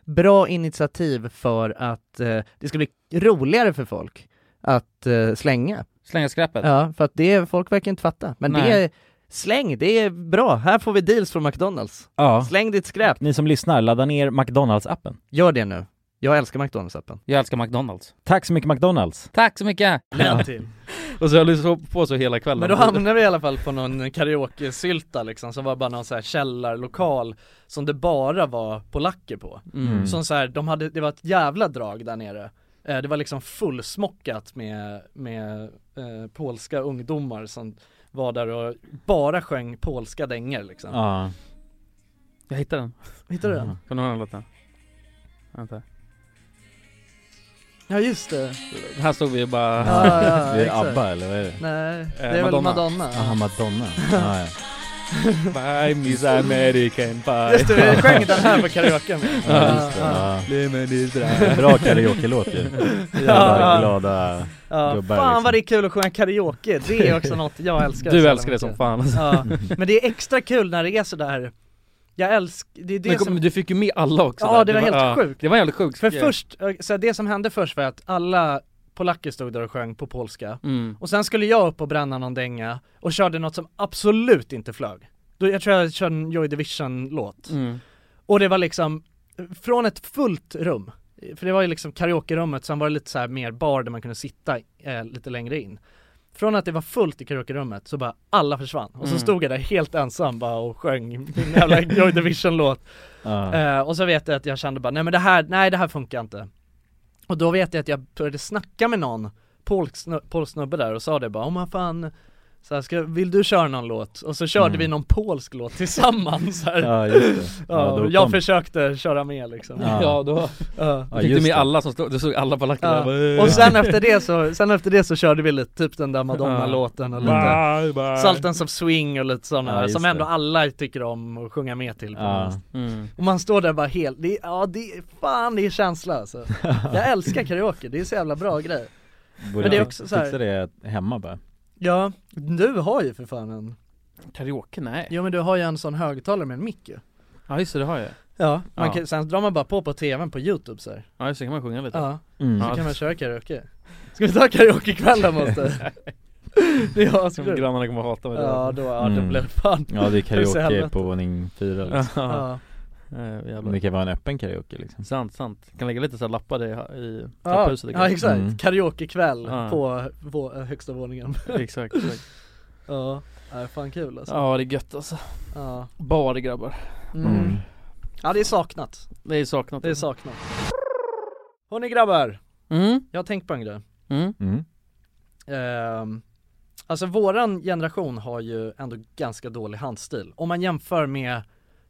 [SPEAKER 14] bra initiativ för att eh, det ska bli roligare för folk att eh, slänga.
[SPEAKER 3] Slänga skräpet?
[SPEAKER 14] Ja, för att det, folk verkar inte fatta. Men det
[SPEAKER 3] Nej.
[SPEAKER 14] är, släng, det är bra. Här får vi deals från McDonalds.
[SPEAKER 2] Ja.
[SPEAKER 14] Släng ditt skräp.
[SPEAKER 2] Ni som lyssnar, ladda ner McDonalds-appen.
[SPEAKER 14] Gör det nu. Jag älskar McDonalds-appen.
[SPEAKER 3] Jag älskar McDonalds.
[SPEAKER 2] Tack så mycket McDonalds!
[SPEAKER 3] Tack så mycket!
[SPEAKER 2] Län
[SPEAKER 7] till.
[SPEAKER 5] Och så höll vi så på så hela kvällen
[SPEAKER 7] Men då hamnade vi i alla fall på någon karaoke-sylta liksom som var bara någon så här källarlokal som det bara var polacker på.
[SPEAKER 5] Mm.
[SPEAKER 7] Som så här, de hade, det var ett jävla drag där nere. Eh, Det var liksom fullsmockat med, med eh, polska ungdomar som var där och bara sjöng polska dängor liksom.
[SPEAKER 2] Ja. Mm.
[SPEAKER 5] Jag hittade den.
[SPEAKER 7] Hittade du den?
[SPEAKER 5] Kan du höra den låten? Vänta.
[SPEAKER 7] Ja just det.
[SPEAKER 5] Här stod vi och bara...
[SPEAKER 7] Ja, ja,
[SPEAKER 2] Det är
[SPEAKER 7] exakt.
[SPEAKER 2] ABBA eller vad är det?
[SPEAKER 7] Nej, det
[SPEAKER 5] Eh,
[SPEAKER 7] är väl Madonna.
[SPEAKER 2] Aha,
[SPEAKER 7] <laughs>
[SPEAKER 2] Madonna. Ah, ja.
[SPEAKER 5] Buy me some American pie
[SPEAKER 7] Just det, vi sjöng den här på karaoken.
[SPEAKER 2] <laughs> Ja, just det. Ja. Bra karaoke-låt ju.
[SPEAKER 7] <laughs>
[SPEAKER 2] Jävla glada
[SPEAKER 7] ja,
[SPEAKER 2] gubbar
[SPEAKER 7] Fan
[SPEAKER 2] liksom.
[SPEAKER 7] vad det är kul att sjunga karaoke, det är också något jag älskar
[SPEAKER 5] Du
[SPEAKER 7] så jävla
[SPEAKER 5] älskar det som
[SPEAKER 7] mycket.
[SPEAKER 5] fan, alltså. <laughs>
[SPEAKER 7] ja. Men det är extra kul när det är sådär Jag älskar, det är det
[SPEAKER 5] Men kom,
[SPEAKER 7] som
[SPEAKER 5] du fick ju med alla också
[SPEAKER 7] Ja
[SPEAKER 5] där.
[SPEAKER 7] det var helt
[SPEAKER 5] ja,
[SPEAKER 7] sjukt
[SPEAKER 5] Det var jävligt sjukt
[SPEAKER 7] För först, eh, så här, det som hände först var att alla polacker stod där och sjöng på polska
[SPEAKER 5] Mm.
[SPEAKER 7] Och sen skulle jag upp och bränna någon dänga och körde något som absolut inte flög Då, Jag tror jag körde en Joy Division-låt
[SPEAKER 5] Mm.
[SPEAKER 7] Och det var liksom, från ett fullt rum, för det var ju liksom karaokerummet, sen var det lite så här mer bar där man kunde sitta eh, lite längre in. Från att det var fullt i karaokerummet så bara alla försvann och så
[SPEAKER 5] Mm.
[SPEAKER 7] stod jag där helt ensam bara och sjöng min
[SPEAKER 2] <laughs>
[SPEAKER 7] jävla Joy Division-låt.
[SPEAKER 2] Ja.
[SPEAKER 7] Eh, och så vet jag att jag kände bara, nej men det här, nej det här funkar inte. Och då vet jag att jag började snacka med någon polsk snu- polsk snubbe där och sa det bara, om man fan så här, ska, vill du köra någon låt? Och så körde
[SPEAKER 2] Mm.
[SPEAKER 7] vi någon polsk låt tillsammans här.
[SPEAKER 2] Ja, just det.
[SPEAKER 7] Ja,
[SPEAKER 2] Ja, då
[SPEAKER 7] och jag
[SPEAKER 2] kom-
[SPEAKER 7] försökte köra med liksom
[SPEAKER 2] Ja. Ja, då-
[SPEAKER 7] ja.
[SPEAKER 5] Fick du med alla som stod, du såg alla polacker
[SPEAKER 7] Ja.
[SPEAKER 5] där
[SPEAKER 7] Och sen efter det så, sen efter det så körde vi lite, typ den där Madonna-låten och lite
[SPEAKER 5] Ja. Bye, bye.
[SPEAKER 7] Saltens of Swing och lite
[SPEAKER 5] Ja,
[SPEAKER 7] sådana
[SPEAKER 5] just
[SPEAKER 7] som ändå
[SPEAKER 5] det.
[SPEAKER 7] alla tycker om att sjunga med till på
[SPEAKER 5] Ja.
[SPEAKER 7] något sätt.
[SPEAKER 5] Mm.
[SPEAKER 7] Och man står där bara helt, det, är- ja det, är- fan det är känsla
[SPEAKER 5] <laughs>
[SPEAKER 7] alltså Jag älskar karaoke, det är så jävla bra grej
[SPEAKER 2] Borde
[SPEAKER 7] Men det är
[SPEAKER 2] fix-
[SPEAKER 7] också så här-
[SPEAKER 2] Fixa det hemma bara.
[SPEAKER 7] Ja, du har ju för fan en
[SPEAKER 5] Karaoke, nej
[SPEAKER 7] Jo men du har ju en sån högtalare med en mick ju
[SPEAKER 5] Ja just det, det har jag
[SPEAKER 7] Ja, man
[SPEAKER 5] Ja.
[SPEAKER 7] Kan, sen drar man bara på på tvn på youtube så här.
[SPEAKER 5] Ja just det, kan man sjunga lite
[SPEAKER 7] Ja,
[SPEAKER 5] Mm.
[SPEAKER 7] så kan man köra karaoke Ska vi ta karaoke ikväll då måste? Det är askul
[SPEAKER 5] Grannarna kommer hata mig
[SPEAKER 7] Ja då, ja, då
[SPEAKER 2] Mm.
[SPEAKER 7] blir det fan
[SPEAKER 2] Ja det är
[SPEAKER 7] Så
[SPEAKER 2] karaoke
[SPEAKER 7] helvete.
[SPEAKER 2] på våning fyra liksom.
[SPEAKER 5] <laughs> Ja. Eh,
[SPEAKER 2] Men
[SPEAKER 5] jävlar.
[SPEAKER 2] Det kan vara en öppen karaoke liksom
[SPEAKER 5] Sant, sant. Kan lägga lite så här lappar i, i
[SPEAKER 7] Ja,
[SPEAKER 5] trapphuset liksom.
[SPEAKER 7] ja exakt,
[SPEAKER 2] Mm.
[SPEAKER 7] karaokekväll
[SPEAKER 5] Ja.
[SPEAKER 7] på vå- eh, högsta våningen <laughs>
[SPEAKER 5] Exakt, exakt.
[SPEAKER 7] Ja, det är fan kul alltså
[SPEAKER 5] Ja det är gött alltså.
[SPEAKER 7] Ja.
[SPEAKER 5] Bar grabbar.
[SPEAKER 7] Mm. Ja det är saknat
[SPEAKER 5] Det är saknat.
[SPEAKER 7] Det är saknat Hörni grabbar, jag har tänkt på en grej
[SPEAKER 5] Mm.
[SPEAKER 2] Mm.
[SPEAKER 7] Ehm, Alltså våran generation har ju ändå ganska dålig handstil om man jämför med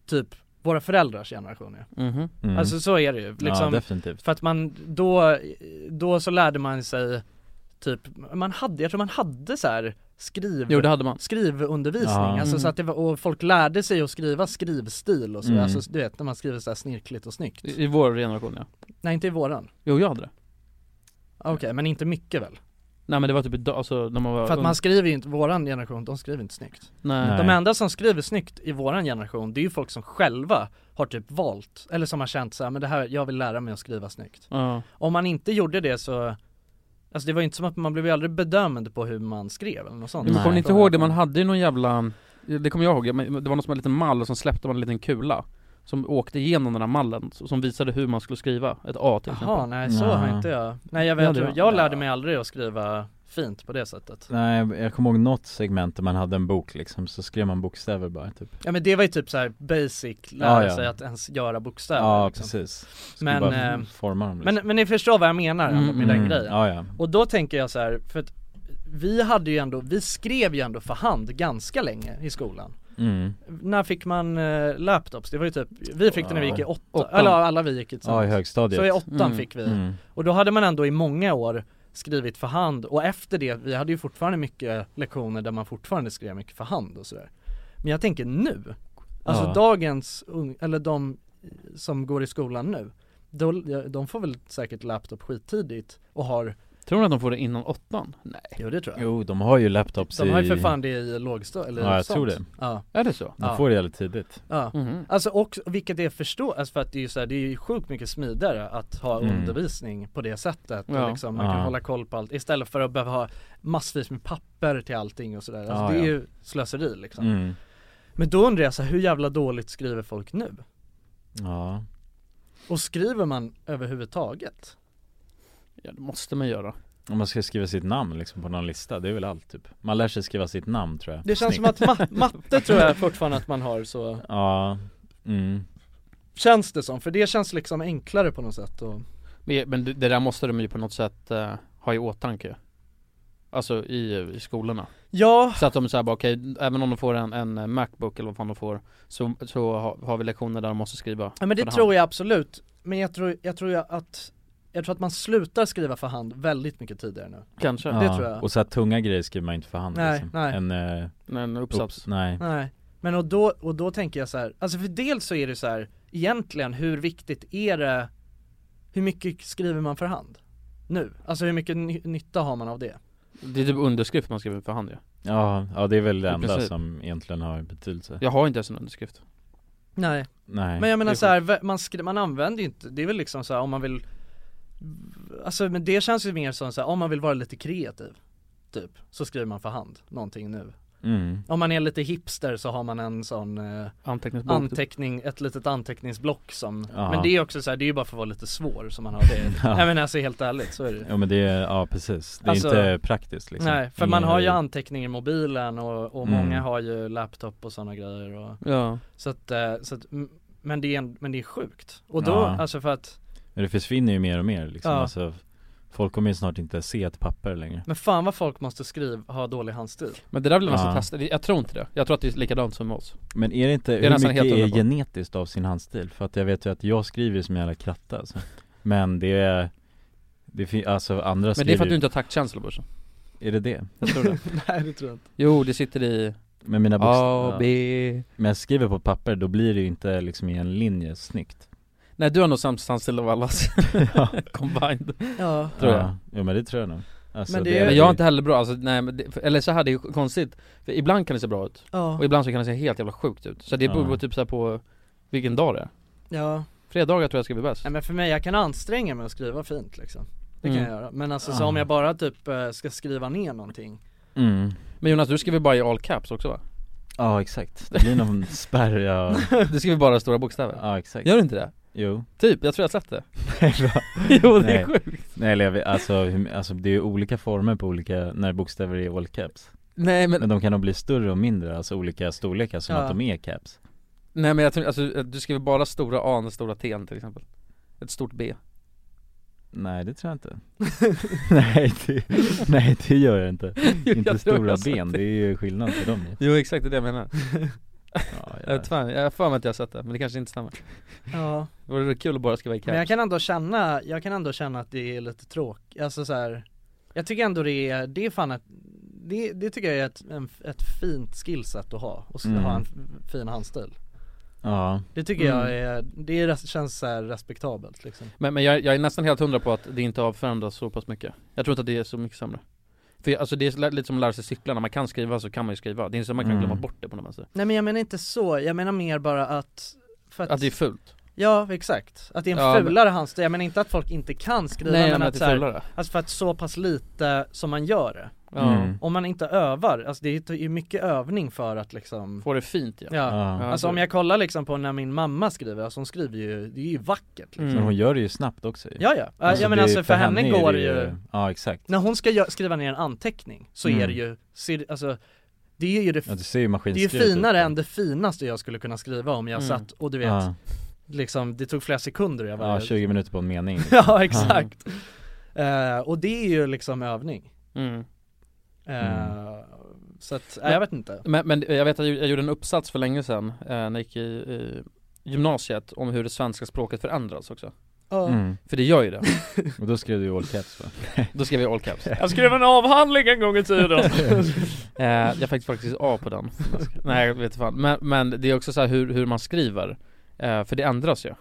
[SPEAKER 7] typ våra föräldrars generation ju.
[SPEAKER 5] Mhm.
[SPEAKER 2] Mm.
[SPEAKER 7] Alltså så är det ju liksom,
[SPEAKER 2] Ja, definitivt.
[SPEAKER 7] För att man då, då så lärde man sig typ, man hade, jag tror man hade så här skriv,
[SPEAKER 5] Jo, det hade man.
[SPEAKER 7] skrivundervisning,
[SPEAKER 5] Ja.
[SPEAKER 7] alltså så
[SPEAKER 5] Mm.
[SPEAKER 7] att det var, och folk lärde sig att skriva skrivstil och så,
[SPEAKER 5] Mm.
[SPEAKER 7] alltså du vet när man skriver så här snirkligt och snyggt
[SPEAKER 5] I, I vår generation ja.
[SPEAKER 7] Nej inte i våran,
[SPEAKER 5] Jo jag hade det.
[SPEAKER 7] okej men inte mycket väl?
[SPEAKER 5] Nej men det var typ idag, alltså när man var
[SPEAKER 7] För att
[SPEAKER 5] ung.
[SPEAKER 7] man skriver ju inte, våran generation, de skriver inte snyggt
[SPEAKER 5] Nej.
[SPEAKER 7] De
[SPEAKER 5] Nej.
[SPEAKER 7] enda som skriver snyggt i våran generation, det är ju folk som själva har typ valt, eller som har känt så här, men det här, jag vill lära mig att skriva snyggt
[SPEAKER 5] Ja.
[SPEAKER 7] Om man inte gjorde det så Alltså det var ju inte som att man blev ju aldrig bedömd på hur man skrev eller något sånt
[SPEAKER 5] Men kommer ni inte ihåg det? Man hade ju någon jävla, det kommer jag ihåg, men det var någon som hade en liten mall och som släppte man en liten kula Som åkte igenom den här mallen, så- som visade hur man skulle skriva ett A till exempel
[SPEAKER 7] Jaha, nej så har inte jag Nej jag, vet,
[SPEAKER 5] Ja,
[SPEAKER 7] jag,
[SPEAKER 5] det
[SPEAKER 7] tror,
[SPEAKER 5] var-
[SPEAKER 7] jag lärde mig aldrig att skriva fint på det sättet
[SPEAKER 2] Nej jag- jag kommer ihåg något segment där man hade en bok liksom så skrev man bokstäver bara typ
[SPEAKER 7] Ja men det var ju typ så här basic,
[SPEAKER 2] Ja,
[SPEAKER 7] lära
[SPEAKER 2] ja.
[SPEAKER 7] sig att ens göra bokstäver
[SPEAKER 2] Ja
[SPEAKER 7] liksom.
[SPEAKER 2] precis Skulle
[SPEAKER 7] Men,
[SPEAKER 2] bara
[SPEAKER 7] eh,
[SPEAKER 2] forma dem liksom.
[SPEAKER 7] Men, men ni förstår vad jag menar ändå
[SPEAKER 2] Mm,
[SPEAKER 7] med den
[SPEAKER 2] mm.
[SPEAKER 7] grejen.
[SPEAKER 2] Ja, ja.
[SPEAKER 7] Och då tänker jag så här, för att vi hade ju ändå, vi skrev ju ändå för hand ganska länge i skolan.
[SPEAKER 2] Mm.
[SPEAKER 7] När fick man eh, laptops? Det var ju typ, vi fick det när vi gick i åtta,
[SPEAKER 2] Åttan.
[SPEAKER 7] eller alla vi gick i
[SPEAKER 2] Ja, i högstadiet.
[SPEAKER 7] Så i åttan
[SPEAKER 2] Mm.
[SPEAKER 7] fick vi.
[SPEAKER 2] Mm.
[SPEAKER 7] Och då hade man ändå i många år skrivit för hand och efter det, vi hade ju fortfarande mycket lektioner där man fortfarande skrev mycket för hand och sådär. Men jag tänker nu, alltså
[SPEAKER 5] Ja.
[SPEAKER 7] dagens ung, eller de som går i skolan nu, då, de får väl säkert laptop skittidigt och har
[SPEAKER 5] Tror ni att de får det innan åttan? Nej
[SPEAKER 7] Jo det tror jag
[SPEAKER 2] Jo de har ju laptops
[SPEAKER 7] De har ju
[SPEAKER 2] i-
[SPEAKER 7] för fan det i lågstadiet eller
[SPEAKER 2] Ja jag
[SPEAKER 7] sånt.
[SPEAKER 2] tror det
[SPEAKER 7] Ja
[SPEAKER 5] Är det så? Mhm.
[SPEAKER 2] De
[SPEAKER 7] Ja.
[SPEAKER 2] får det jävligt tidigt
[SPEAKER 7] Ja, alltså och vilket är förstå, alltså för att det är ju så här, det är ju sjukt mycket smidigare att ha
[SPEAKER 2] Mm.
[SPEAKER 7] undervisning på det sättet
[SPEAKER 5] Ja.
[SPEAKER 7] och liksom, man kan
[SPEAKER 5] Ja.
[SPEAKER 7] hålla koll på allt istället för att behöva ha massvis med papper till allting och sådär, alltså
[SPEAKER 5] Ja,
[SPEAKER 7] det är
[SPEAKER 5] ja.
[SPEAKER 7] ju slöseri liksom
[SPEAKER 2] Mm.
[SPEAKER 7] Men då undrar jag så här, hur jävla dåligt skriver folk nu?
[SPEAKER 2] Ja
[SPEAKER 7] Och skriver man överhuvudtaget?
[SPEAKER 5] Ja det måste man göra
[SPEAKER 2] Om man ska skriva sitt namn liksom på någon lista, det är väl allt typ Man lär sig skriva sitt namn tror jag
[SPEAKER 7] Det känns
[SPEAKER 2] Snyggt.
[SPEAKER 7] som att ma- matte tror jag fortfarande att man har så
[SPEAKER 2] Ja, mm
[SPEAKER 7] Känns det som, för det känns liksom enklare på något sätt och
[SPEAKER 5] Men, men det det där måste de ju på något sätt eh, ha i åtanke Alltså i, i skolorna
[SPEAKER 7] Ja
[SPEAKER 5] Så att de säger bara okej, även om de får en, en Macbook eller vad fan de får Så, så ha, har vi lektioner där de måste skriva
[SPEAKER 7] Ja men det tror jag absolut, men jag tror, jag tror jag att jag tror att man slutar skriva för hand väldigt mycket tidigare
[SPEAKER 2] Mm.
[SPEAKER 7] nu
[SPEAKER 5] Kanske
[SPEAKER 7] Det tror jag
[SPEAKER 2] Och så här tunga grejer skriver man inte för hand
[SPEAKER 7] Nej,
[SPEAKER 2] liksom.
[SPEAKER 7] nej.
[SPEAKER 2] En, eh,
[SPEAKER 5] Nej, en uppsats.
[SPEAKER 2] upp- nej.
[SPEAKER 7] Nej, men och då, och då tänker jag så här, alltså för dels så är det så här, egentligen hur viktigt är det, hur mycket skriver man för hand? Nu, alltså hur mycket ny- nytta har man av det?
[SPEAKER 5] Det är typ underskrift man skriver för hand ju
[SPEAKER 2] Ja, ja det är väl det
[SPEAKER 5] I
[SPEAKER 2] enda
[SPEAKER 5] princip.
[SPEAKER 2] som egentligen har betydelse
[SPEAKER 5] Jag har inte ens en underskrift
[SPEAKER 7] Nej,
[SPEAKER 2] Nej.
[SPEAKER 7] men jag menar
[SPEAKER 2] Det är
[SPEAKER 7] så här, vä- man, skri- man använder ju inte, det är väl liksom så här om man vill Alltså men det känns ju mer som så här, om man vill vara lite kreativ Typ, så skriver man för hand, någonting nu
[SPEAKER 2] Mm.
[SPEAKER 7] Om man är lite hipster så har man en sån eh,
[SPEAKER 5] Anteckningsbok.
[SPEAKER 7] anteckning, ett litet anteckningsblock som
[SPEAKER 2] Ja.
[SPEAKER 7] Men det är också så här, det är ju bara för att vara lite svår som man har det
[SPEAKER 2] <laughs> Ja.
[SPEAKER 7] Nej men alltså helt ärligt så är det ju.
[SPEAKER 2] Ja men det är, ja precis Det är
[SPEAKER 7] Alltså-
[SPEAKER 2] inte praktiskt liksom
[SPEAKER 7] Nej, för
[SPEAKER 2] Ingen
[SPEAKER 7] man har ju
[SPEAKER 2] grej.
[SPEAKER 7] anteckningar i mobilen och, och
[SPEAKER 2] Mm.
[SPEAKER 7] många har ju laptop och sådana grejer och
[SPEAKER 5] Ja.
[SPEAKER 7] Så att, eh, så att m- men det är, en- men det är sjukt Och då,
[SPEAKER 2] Ja.
[SPEAKER 7] alltså för att
[SPEAKER 2] Men det försvinner ju mer och mer liksom
[SPEAKER 7] Ja.
[SPEAKER 2] alltså, Folk kommer ju snart inte se ett papper längre
[SPEAKER 7] Men fan vad folk måste skriva, ha dålig handstil
[SPEAKER 5] Men det där vill jag
[SPEAKER 2] Ja.
[SPEAKER 5] nästan testa, jag tror inte det Jag tror att det är likadant som med oss
[SPEAKER 2] Men är det inte,
[SPEAKER 5] Det är
[SPEAKER 2] hur
[SPEAKER 5] nästan
[SPEAKER 2] mycket
[SPEAKER 5] helt
[SPEAKER 2] är
[SPEAKER 5] hundra på.
[SPEAKER 2] genetiskt av sin handstil? För att jag vet ju att jag skriver ju som en jävla kratta alltså. Men det är, det fin, alltså andra
[SPEAKER 5] Men det är
[SPEAKER 2] skriver
[SPEAKER 5] för att du
[SPEAKER 2] ju-
[SPEAKER 5] inte har taktkänsla Bursen
[SPEAKER 2] Är det det?
[SPEAKER 5] Jag tror det
[SPEAKER 7] <laughs> Nej det tror jag inte
[SPEAKER 5] Jo det sitter i
[SPEAKER 2] Men mina bokstäver
[SPEAKER 5] A, B
[SPEAKER 2] Men jag skriver på papper, då blir det ju inte liksom i en linje snyggt
[SPEAKER 5] Nej du har nog sämst handstil
[SPEAKER 2] <laughs>
[SPEAKER 5] av alla combined
[SPEAKER 7] Ja.
[SPEAKER 2] Tror
[SPEAKER 5] Tror
[SPEAKER 2] jag
[SPEAKER 5] jag.
[SPEAKER 2] Jo men det tror jag nog alltså,
[SPEAKER 5] men,
[SPEAKER 2] det är-
[SPEAKER 5] jag är inte heller bra, alltså, nej, men det, för- eller så här det är konstigt för Ibland kan det se bra ut
[SPEAKER 7] Ja.
[SPEAKER 5] och ibland så kan det se helt jävla sjukt ut Så det beror
[SPEAKER 2] Ja.
[SPEAKER 5] typ så här på vilken dag det är.
[SPEAKER 7] Ja.
[SPEAKER 5] Fredagar tror jag ska bli bäst.
[SPEAKER 7] Nej men för mig, jag kan anstränga mig och skriva fint liksom Mm. Det kan
[SPEAKER 5] Mm.
[SPEAKER 7] jag göra, men alltså så om jag bara typ eh, ska skriva ner någonting
[SPEAKER 2] Mm.
[SPEAKER 5] Men Jonas, du skriver bara i all caps också va?
[SPEAKER 15] Ja exakt, det blir
[SPEAKER 2] <laughs>
[SPEAKER 15] någon spärr jag...
[SPEAKER 5] <laughs> Du skriver bara stora bokstäver?
[SPEAKER 15] Ja exakt
[SPEAKER 5] Gör du inte det?
[SPEAKER 15] Jo
[SPEAKER 5] Typ, jag tror jag har släppt det
[SPEAKER 15] <laughs> Jo
[SPEAKER 5] det är
[SPEAKER 15] sjukt Nej eller jag vet, alltså, hur- alltså det är ju olika former på olika, när bokstäver är all caps
[SPEAKER 5] Nej, men-
[SPEAKER 15] Men de kan nog bli större och mindre, alltså olika storlekar som
[SPEAKER 5] Ja.
[SPEAKER 15] att de är caps
[SPEAKER 5] Nej men jag tror, alltså du skriver bara stora A och stora T till exempel Ett
[SPEAKER 7] <laughs>
[SPEAKER 5] stort B
[SPEAKER 15] Nej det tror jag inte <laughs> nej, det, nej det gör <laughs> jag inte
[SPEAKER 5] Jo,
[SPEAKER 15] Inte
[SPEAKER 5] jag tror
[SPEAKER 15] stora
[SPEAKER 5] jag sa
[SPEAKER 15] ben,
[SPEAKER 5] det.
[SPEAKER 15] det är ju skillnad för dem <laughs> ju.
[SPEAKER 5] Jo exakt, det är det
[SPEAKER 7] <laughs>
[SPEAKER 5] jag menar
[SPEAKER 15] Jag
[SPEAKER 5] vet fan, jag har för mig att jag har sett det, men det kanske inte stämmer
[SPEAKER 7] Ja.
[SPEAKER 5] Vore det kul att bara skriva i
[SPEAKER 7] Men jag
[SPEAKER 5] caps?
[SPEAKER 7] kan ändå känna, jag kan ändå känna att det är lite tråkigt, alltså så här. Jag tycker ändå det är, det är fan ett, det, det tycker jag är ett, en, ett fint skillset att ha och
[SPEAKER 15] Mm.
[SPEAKER 7] ha en f- fin handstil
[SPEAKER 15] Ja
[SPEAKER 7] Det tycker
[SPEAKER 5] Mm.
[SPEAKER 7] jag är, det är, res- känns så här respektabelt liksom
[SPEAKER 5] Men, men jag, jag är nästan helt hundra på att det inte har förändrats så pass mycket Jag tror inte att det är så mycket sämre För jag- alltså det är så- lite som att lära sig cykla, när man kan skriva så kan man ju skriva Det är inte så att man kan
[SPEAKER 7] Mm.
[SPEAKER 5] glömma bort det på något vänster
[SPEAKER 7] Nej men jag menar inte så, jag menar mer bara att för
[SPEAKER 5] Att det är fult
[SPEAKER 7] Ja exakt, att det är en
[SPEAKER 5] Ja, men-
[SPEAKER 7] fulare handstil, jag menar inte att folk inte kan skriva
[SPEAKER 5] Nej,
[SPEAKER 7] men,
[SPEAKER 5] men
[SPEAKER 7] att,
[SPEAKER 5] att det är
[SPEAKER 7] så här,
[SPEAKER 5] fulare.
[SPEAKER 7] Alltså för att så pass lite som man gör det
[SPEAKER 5] Ja. Mm.
[SPEAKER 7] Om man inte övar, alltså det är ju mycket övning för att liksom
[SPEAKER 5] Få det fint ja,
[SPEAKER 15] Ja.
[SPEAKER 7] Alltså om jag kollar liksom på när min mamma skriver, alltså hon skriver ju, det är ju vackert liksom.
[SPEAKER 5] Mm.
[SPEAKER 15] Men hon gör det ju snabbt också ju.
[SPEAKER 7] Ja, ja. Ja, jag menar,
[SPEAKER 15] det-
[SPEAKER 7] alltså, för henne
[SPEAKER 15] är
[SPEAKER 7] går
[SPEAKER 15] det
[SPEAKER 7] det ju-
[SPEAKER 15] Ja exakt
[SPEAKER 7] När hon ska gö- skriva ner en anteckning så
[SPEAKER 15] Mm.
[SPEAKER 7] är det ju, ser, alltså det är ju det,
[SPEAKER 15] Ja, det ser ju
[SPEAKER 7] det är ju
[SPEAKER 15] maskinskrivet ut.
[SPEAKER 7] finare än det finaste jag skulle kunna skriva om jag
[SPEAKER 15] Mm.
[SPEAKER 7] satt och du vet
[SPEAKER 15] Ja.
[SPEAKER 7] Liksom, det tog flera sekunder jag var
[SPEAKER 15] Ja 20 minuter på en <laughs> mening
[SPEAKER 7] <laughs> Ja exakt! Eh, och det är ju liksom övning
[SPEAKER 5] Mm.
[SPEAKER 7] Eh, Så att, nej, jag vet inte
[SPEAKER 5] Men, men eh, jag vet att jag gjorde en uppsats för länge sedan eh, när jag gick i, i gymnasiet om hur det svenska språket förändras också
[SPEAKER 7] Ja.
[SPEAKER 15] Mm.
[SPEAKER 5] För det gör ju det
[SPEAKER 15] Och då skrev du all caps va?
[SPEAKER 5] Då skrev jag all caps
[SPEAKER 7] <laughs> Jag skrev en avhandling en gång i
[SPEAKER 5] <laughs>
[SPEAKER 7] tiden
[SPEAKER 5] Eh, jag fick faktiskt A på den Nej jag vet inte fan men, men det är också så här hur, hur man skriver eh, För det ändras ju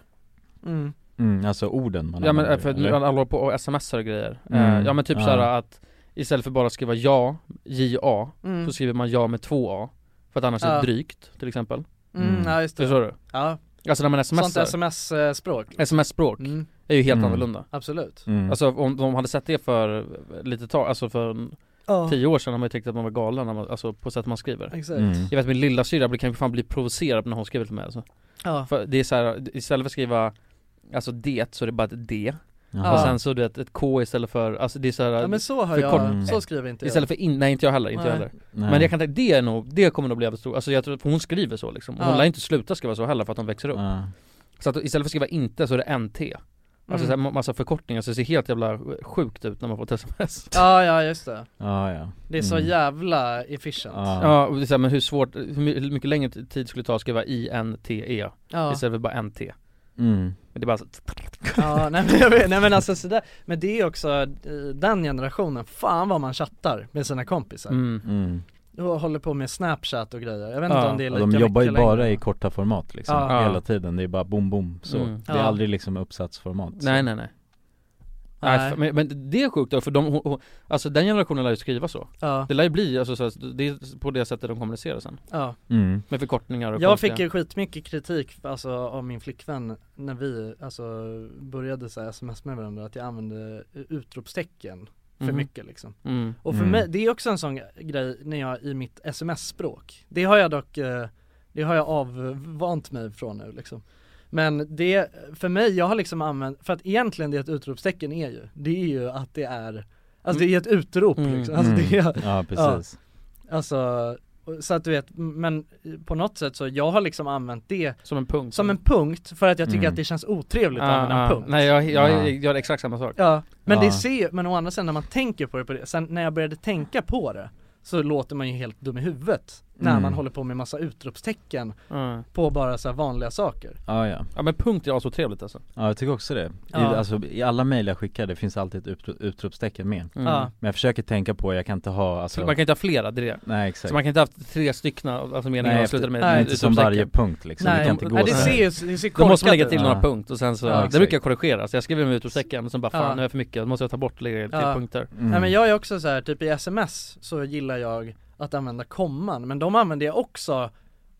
[SPEAKER 7] Mm.
[SPEAKER 15] Mm, alltså orden man
[SPEAKER 5] Ja men
[SPEAKER 15] använder,
[SPEAKER 5] eh, för nu
[SPEAKER 15] eller?
[SPEAKER 5] alla håller på och smsar och grejer
[SPEAKER 15] Mm.
[SPEAKER 5] eh, Ja men typ
[SPEAKER 15] Ja.
[SPEAKER 5] så såhär att Istället för bara att skriva ja, J-A
[SPEAKER 7] Mm.
[SPEAKER 5] Så skriver man ja med två A För att annars är
[SPEAKER 7] Ja.
[SPEAKER 5] det drygt till exempel
[SPEAKER 7] Mm, Mm. ja, just det.
[SPEAKER 5] Förstår du?
[SPEAKER 7] Ja.
[SPEAKER 5] Alltså när man smsar
[SPEAKER 7] Sånt sms-språk
[SPEAKER 5] Sms-språk är ju helt
[SPEAKER 7] Mm.
[SPEAKER 5] annorlunda
[SPEAKER 7] Absolut.
[SPEAKER 15] Mm.
[SPEAKER 5] Alltså om de hade sett det för lite tag, alltså för en-
[SPEAKER 7] Ja.
[SPEAKER 5] tio år sedan hade man ju tyckt att man var galen, när man, alltså på sätt man skriver
[SPEAKER 7] Exakt. Mm.
[SPEAKER 5] Jag vet att min lilla syra blir- kan fan bli provocerad när hon skriver till mig alltså.
[SPEAKER 7] Ja.
[SPEAKER 5] För det är så här, istället för att skriva Alltså det, så är det bara ett D
[SPEAKER 7] Ja.
[SPEAKER 5] Och sen så du vet, ett K istället för, alltså det är så här,
[SPEAKER 7] Ja, men så har
[SPEAKER 5] för
[SPEAKER 7] jag- så skriver inte jag.
[SPEAKER 5] Istället för in, nej inte jag heller, inte jag
[SPEAKER 7] Nej.
[SPEAKER 5] heller
[SPEAKER 7] Nej.
[SPEAKER 5] Men jag kan tänka, det är nog, det kommer nog bli jävligt stort, alltså jag tror, för hon skriver så liksom Hon
[SPEAKER 7] Ja.
[SPEAKER 5] lär inte sluta skriva så heller för att hon växer upp Så att istället för att skriva inte så är det NT Alltså
[SPEAKER 7] Mm.
[SPEAKER 5] så här, ma- massa förkortningar så det ser helt jävla sjukt ut när man får ett sms
[SPEAKER 7] Ja ja just det
[SPEAKER 15] Ja ja
[SPEAKER 7] Det är så
[SPEAKER 5] Mm.
[SPEAKER 7] jävla efficient
[SPEAKER 5] Ja, och det är så här, men hur svårt, hur my- hur mycket längre t- tid skulle det ta att skriva INTE
[SPEAKER 7] Ja.
[SPEAKER 5] E istället för bara NT?
[SPEAKER 15] Mm.
[SPEAKER 5] Men det är bara så...
[SPEAKER 7] Ja, nej men, jag vet, nej men alltså sådär, men det är också eh, den generationen, fan vad man chattar med sina kompisar
[SPEAKER 5] Mm.
[SPEAKER 15] Mm.
[SPEAKER 7] Och håller på med snapchat och grejer, jag vet
[SPEAKER 15] Ja.
[SPEAKER 7] inte om det är
[SPEAKER 15] Ja,
[SPEAKER 7] lika
[SPEAKER 15] De jobbar ju
[SPEAKER 7] mycket
[SPEAKER 15] bara
[SPEAKER 7] längre.
[SPEAKER 15] i korta format liksom,
[SPEAKER 7] Ja.
[SPEAKER 15] hela tiden, det är bara bom bom så
[SPEAKER 5] Mm.
[SPEAKER 15] Det är
[SPEAKER 5] Ja.
[SPEAKER 15] aldrig liksom uppsatsformat så.
[SPEAKER 5] Nej nej nej
[SPEAKER 7] Nej.
[SPEAKER 5] Nej. för- Men, men det är sjukt då, för de, hon- hon- alltså den generationen lär ju skriva så
[SPEAKER 7] Ja.
[SPEAKER 5] Det lär ju bli, alltså så här, det är på det sättet de kommunicerar sen
[SPEAKER 7] Ja.
[SPEAKER 15] Mm.
[SPEAKER 5] Med förkortningar och
[SPEAKER 7] Jag
[SPEAKER 5] konstiga-
[SPEAKER 7] fick ju skitmycket kritik alltså, av min flickvän när vi alltså, började så här, sms med varandra att jag använde utropstecken för
[SPEAKER 5] Mhm.
[SPEAKER 7] mycket liksom.
[SPEAKER 5] Mm.
[SPEAKER 7] Och för
[SPEAKER 5] Mm.
[SPEAKER 7] mig, det är också en sån grej när jag i mitt sms-språk. Det har jag dock, eh, det har jag avvant mig från nu liksom. Men det, för mig, jag har liksom använt, för att egentligen det ett utropstecken är ju, det är ju att det är, alltså det är ett utrop
[SPEAKER 5] Mm.
[SPEAKER 7] liksom. Alltså det är,
[SPEAKER 5] Mm. Ja, precis.
[SPEAKER 7] Alltså, och- så att du vet, men på något sätt så, jag har liksom använt det
[SPEAKER 5] Som en punkt?
[SPEAKER 7] Som en punkt, för att jag tycker
[SPEAKER 5] Mm.
[SPEAKER 7] att det känns otrevligt att
[SPEAKER 5] Ah,
[SPEAKER 7] använda en
[SPEAKER 5] ah.
[SPEAKER 7] punkt
[SPEAKER 5] Nej jag,
[SPEAKER 7] Ja.
[SPEAKER 5] jag, jag gör exakt samma sak
[SPEAKER 7] Ja, men
[SPEAKER 5] Ja.
[SPEAKER 7] det ser ju- men å andra sidan när man tänker på det, på det sen när jag började tänka på det så låter man ju helt dum i huvudet när
[SPEAKER 5] Mm.
[SPEAKER 7] man håller på med massa utropstecken
[SPEAKER 5] Mm.
[SPEAKER 7] på bara så här vanliga saker
[SPEAKER 15] Ja ja
[SPEAKER 5] Ja men punkt är så trevligt alltså
[SPEAKER 15] Ja jag tycker också det. I,
[SPEAKER 7] Ja.
[SPEAKER 15] alltså, I alla mejl jag skickar det finns alltid ett utro, utropstecken med.
[SPEAKER 5] Ja.
[SPEAKER 15] Men jag försöker tänka på, jag kan inte ha alltså,
[SPEAKER 5] Mm. Man kan inte ha flera, det är det
[SPEAKER 15] Nej exakt.
[SPEAKER 5] Så man kan inte ha haft tre stycken, alltså meningar
[SPEAKER 15] Nej,
[SPEAKER 5] och sluta med
[SPEAKER 15] efter- inte som
[SPEAKER 5] utropstecken.
[SPEAKER 15] varje punkt, liksom. Det Nej, kan inte gå nej, det så här. ser ju- det ser
[SPEAKER 5] Då måste man
[SPEAKER 15] korkat
[SPEAKER 5] lägga till
[SPEAKER 15] ut.
[SPEAKER 5] några
[SPEAKER 15] Ja.
[SPEAKER 5] punkt och sen så,
[SPEAKER 15] Ja,
[SPEAKER 5] det
[SPEAKER 15] exakt.
[SPEAKER 5] brukar jag korrigera, så jag skriver med utropstecken och sen bara fan
[SPEAKER 7] Ja.
[SPEAKER 5] nu är jag för mycket, då måste jag ta bort och lägga till
[SPEAKER 7] Ja.
[SPEAKER 5] punkter
[SPEAKER 15] Mm.
[SPEAKER 7] Nej men jag är också så här, typ i sms så gillar jag att använda komman, men de använder jag också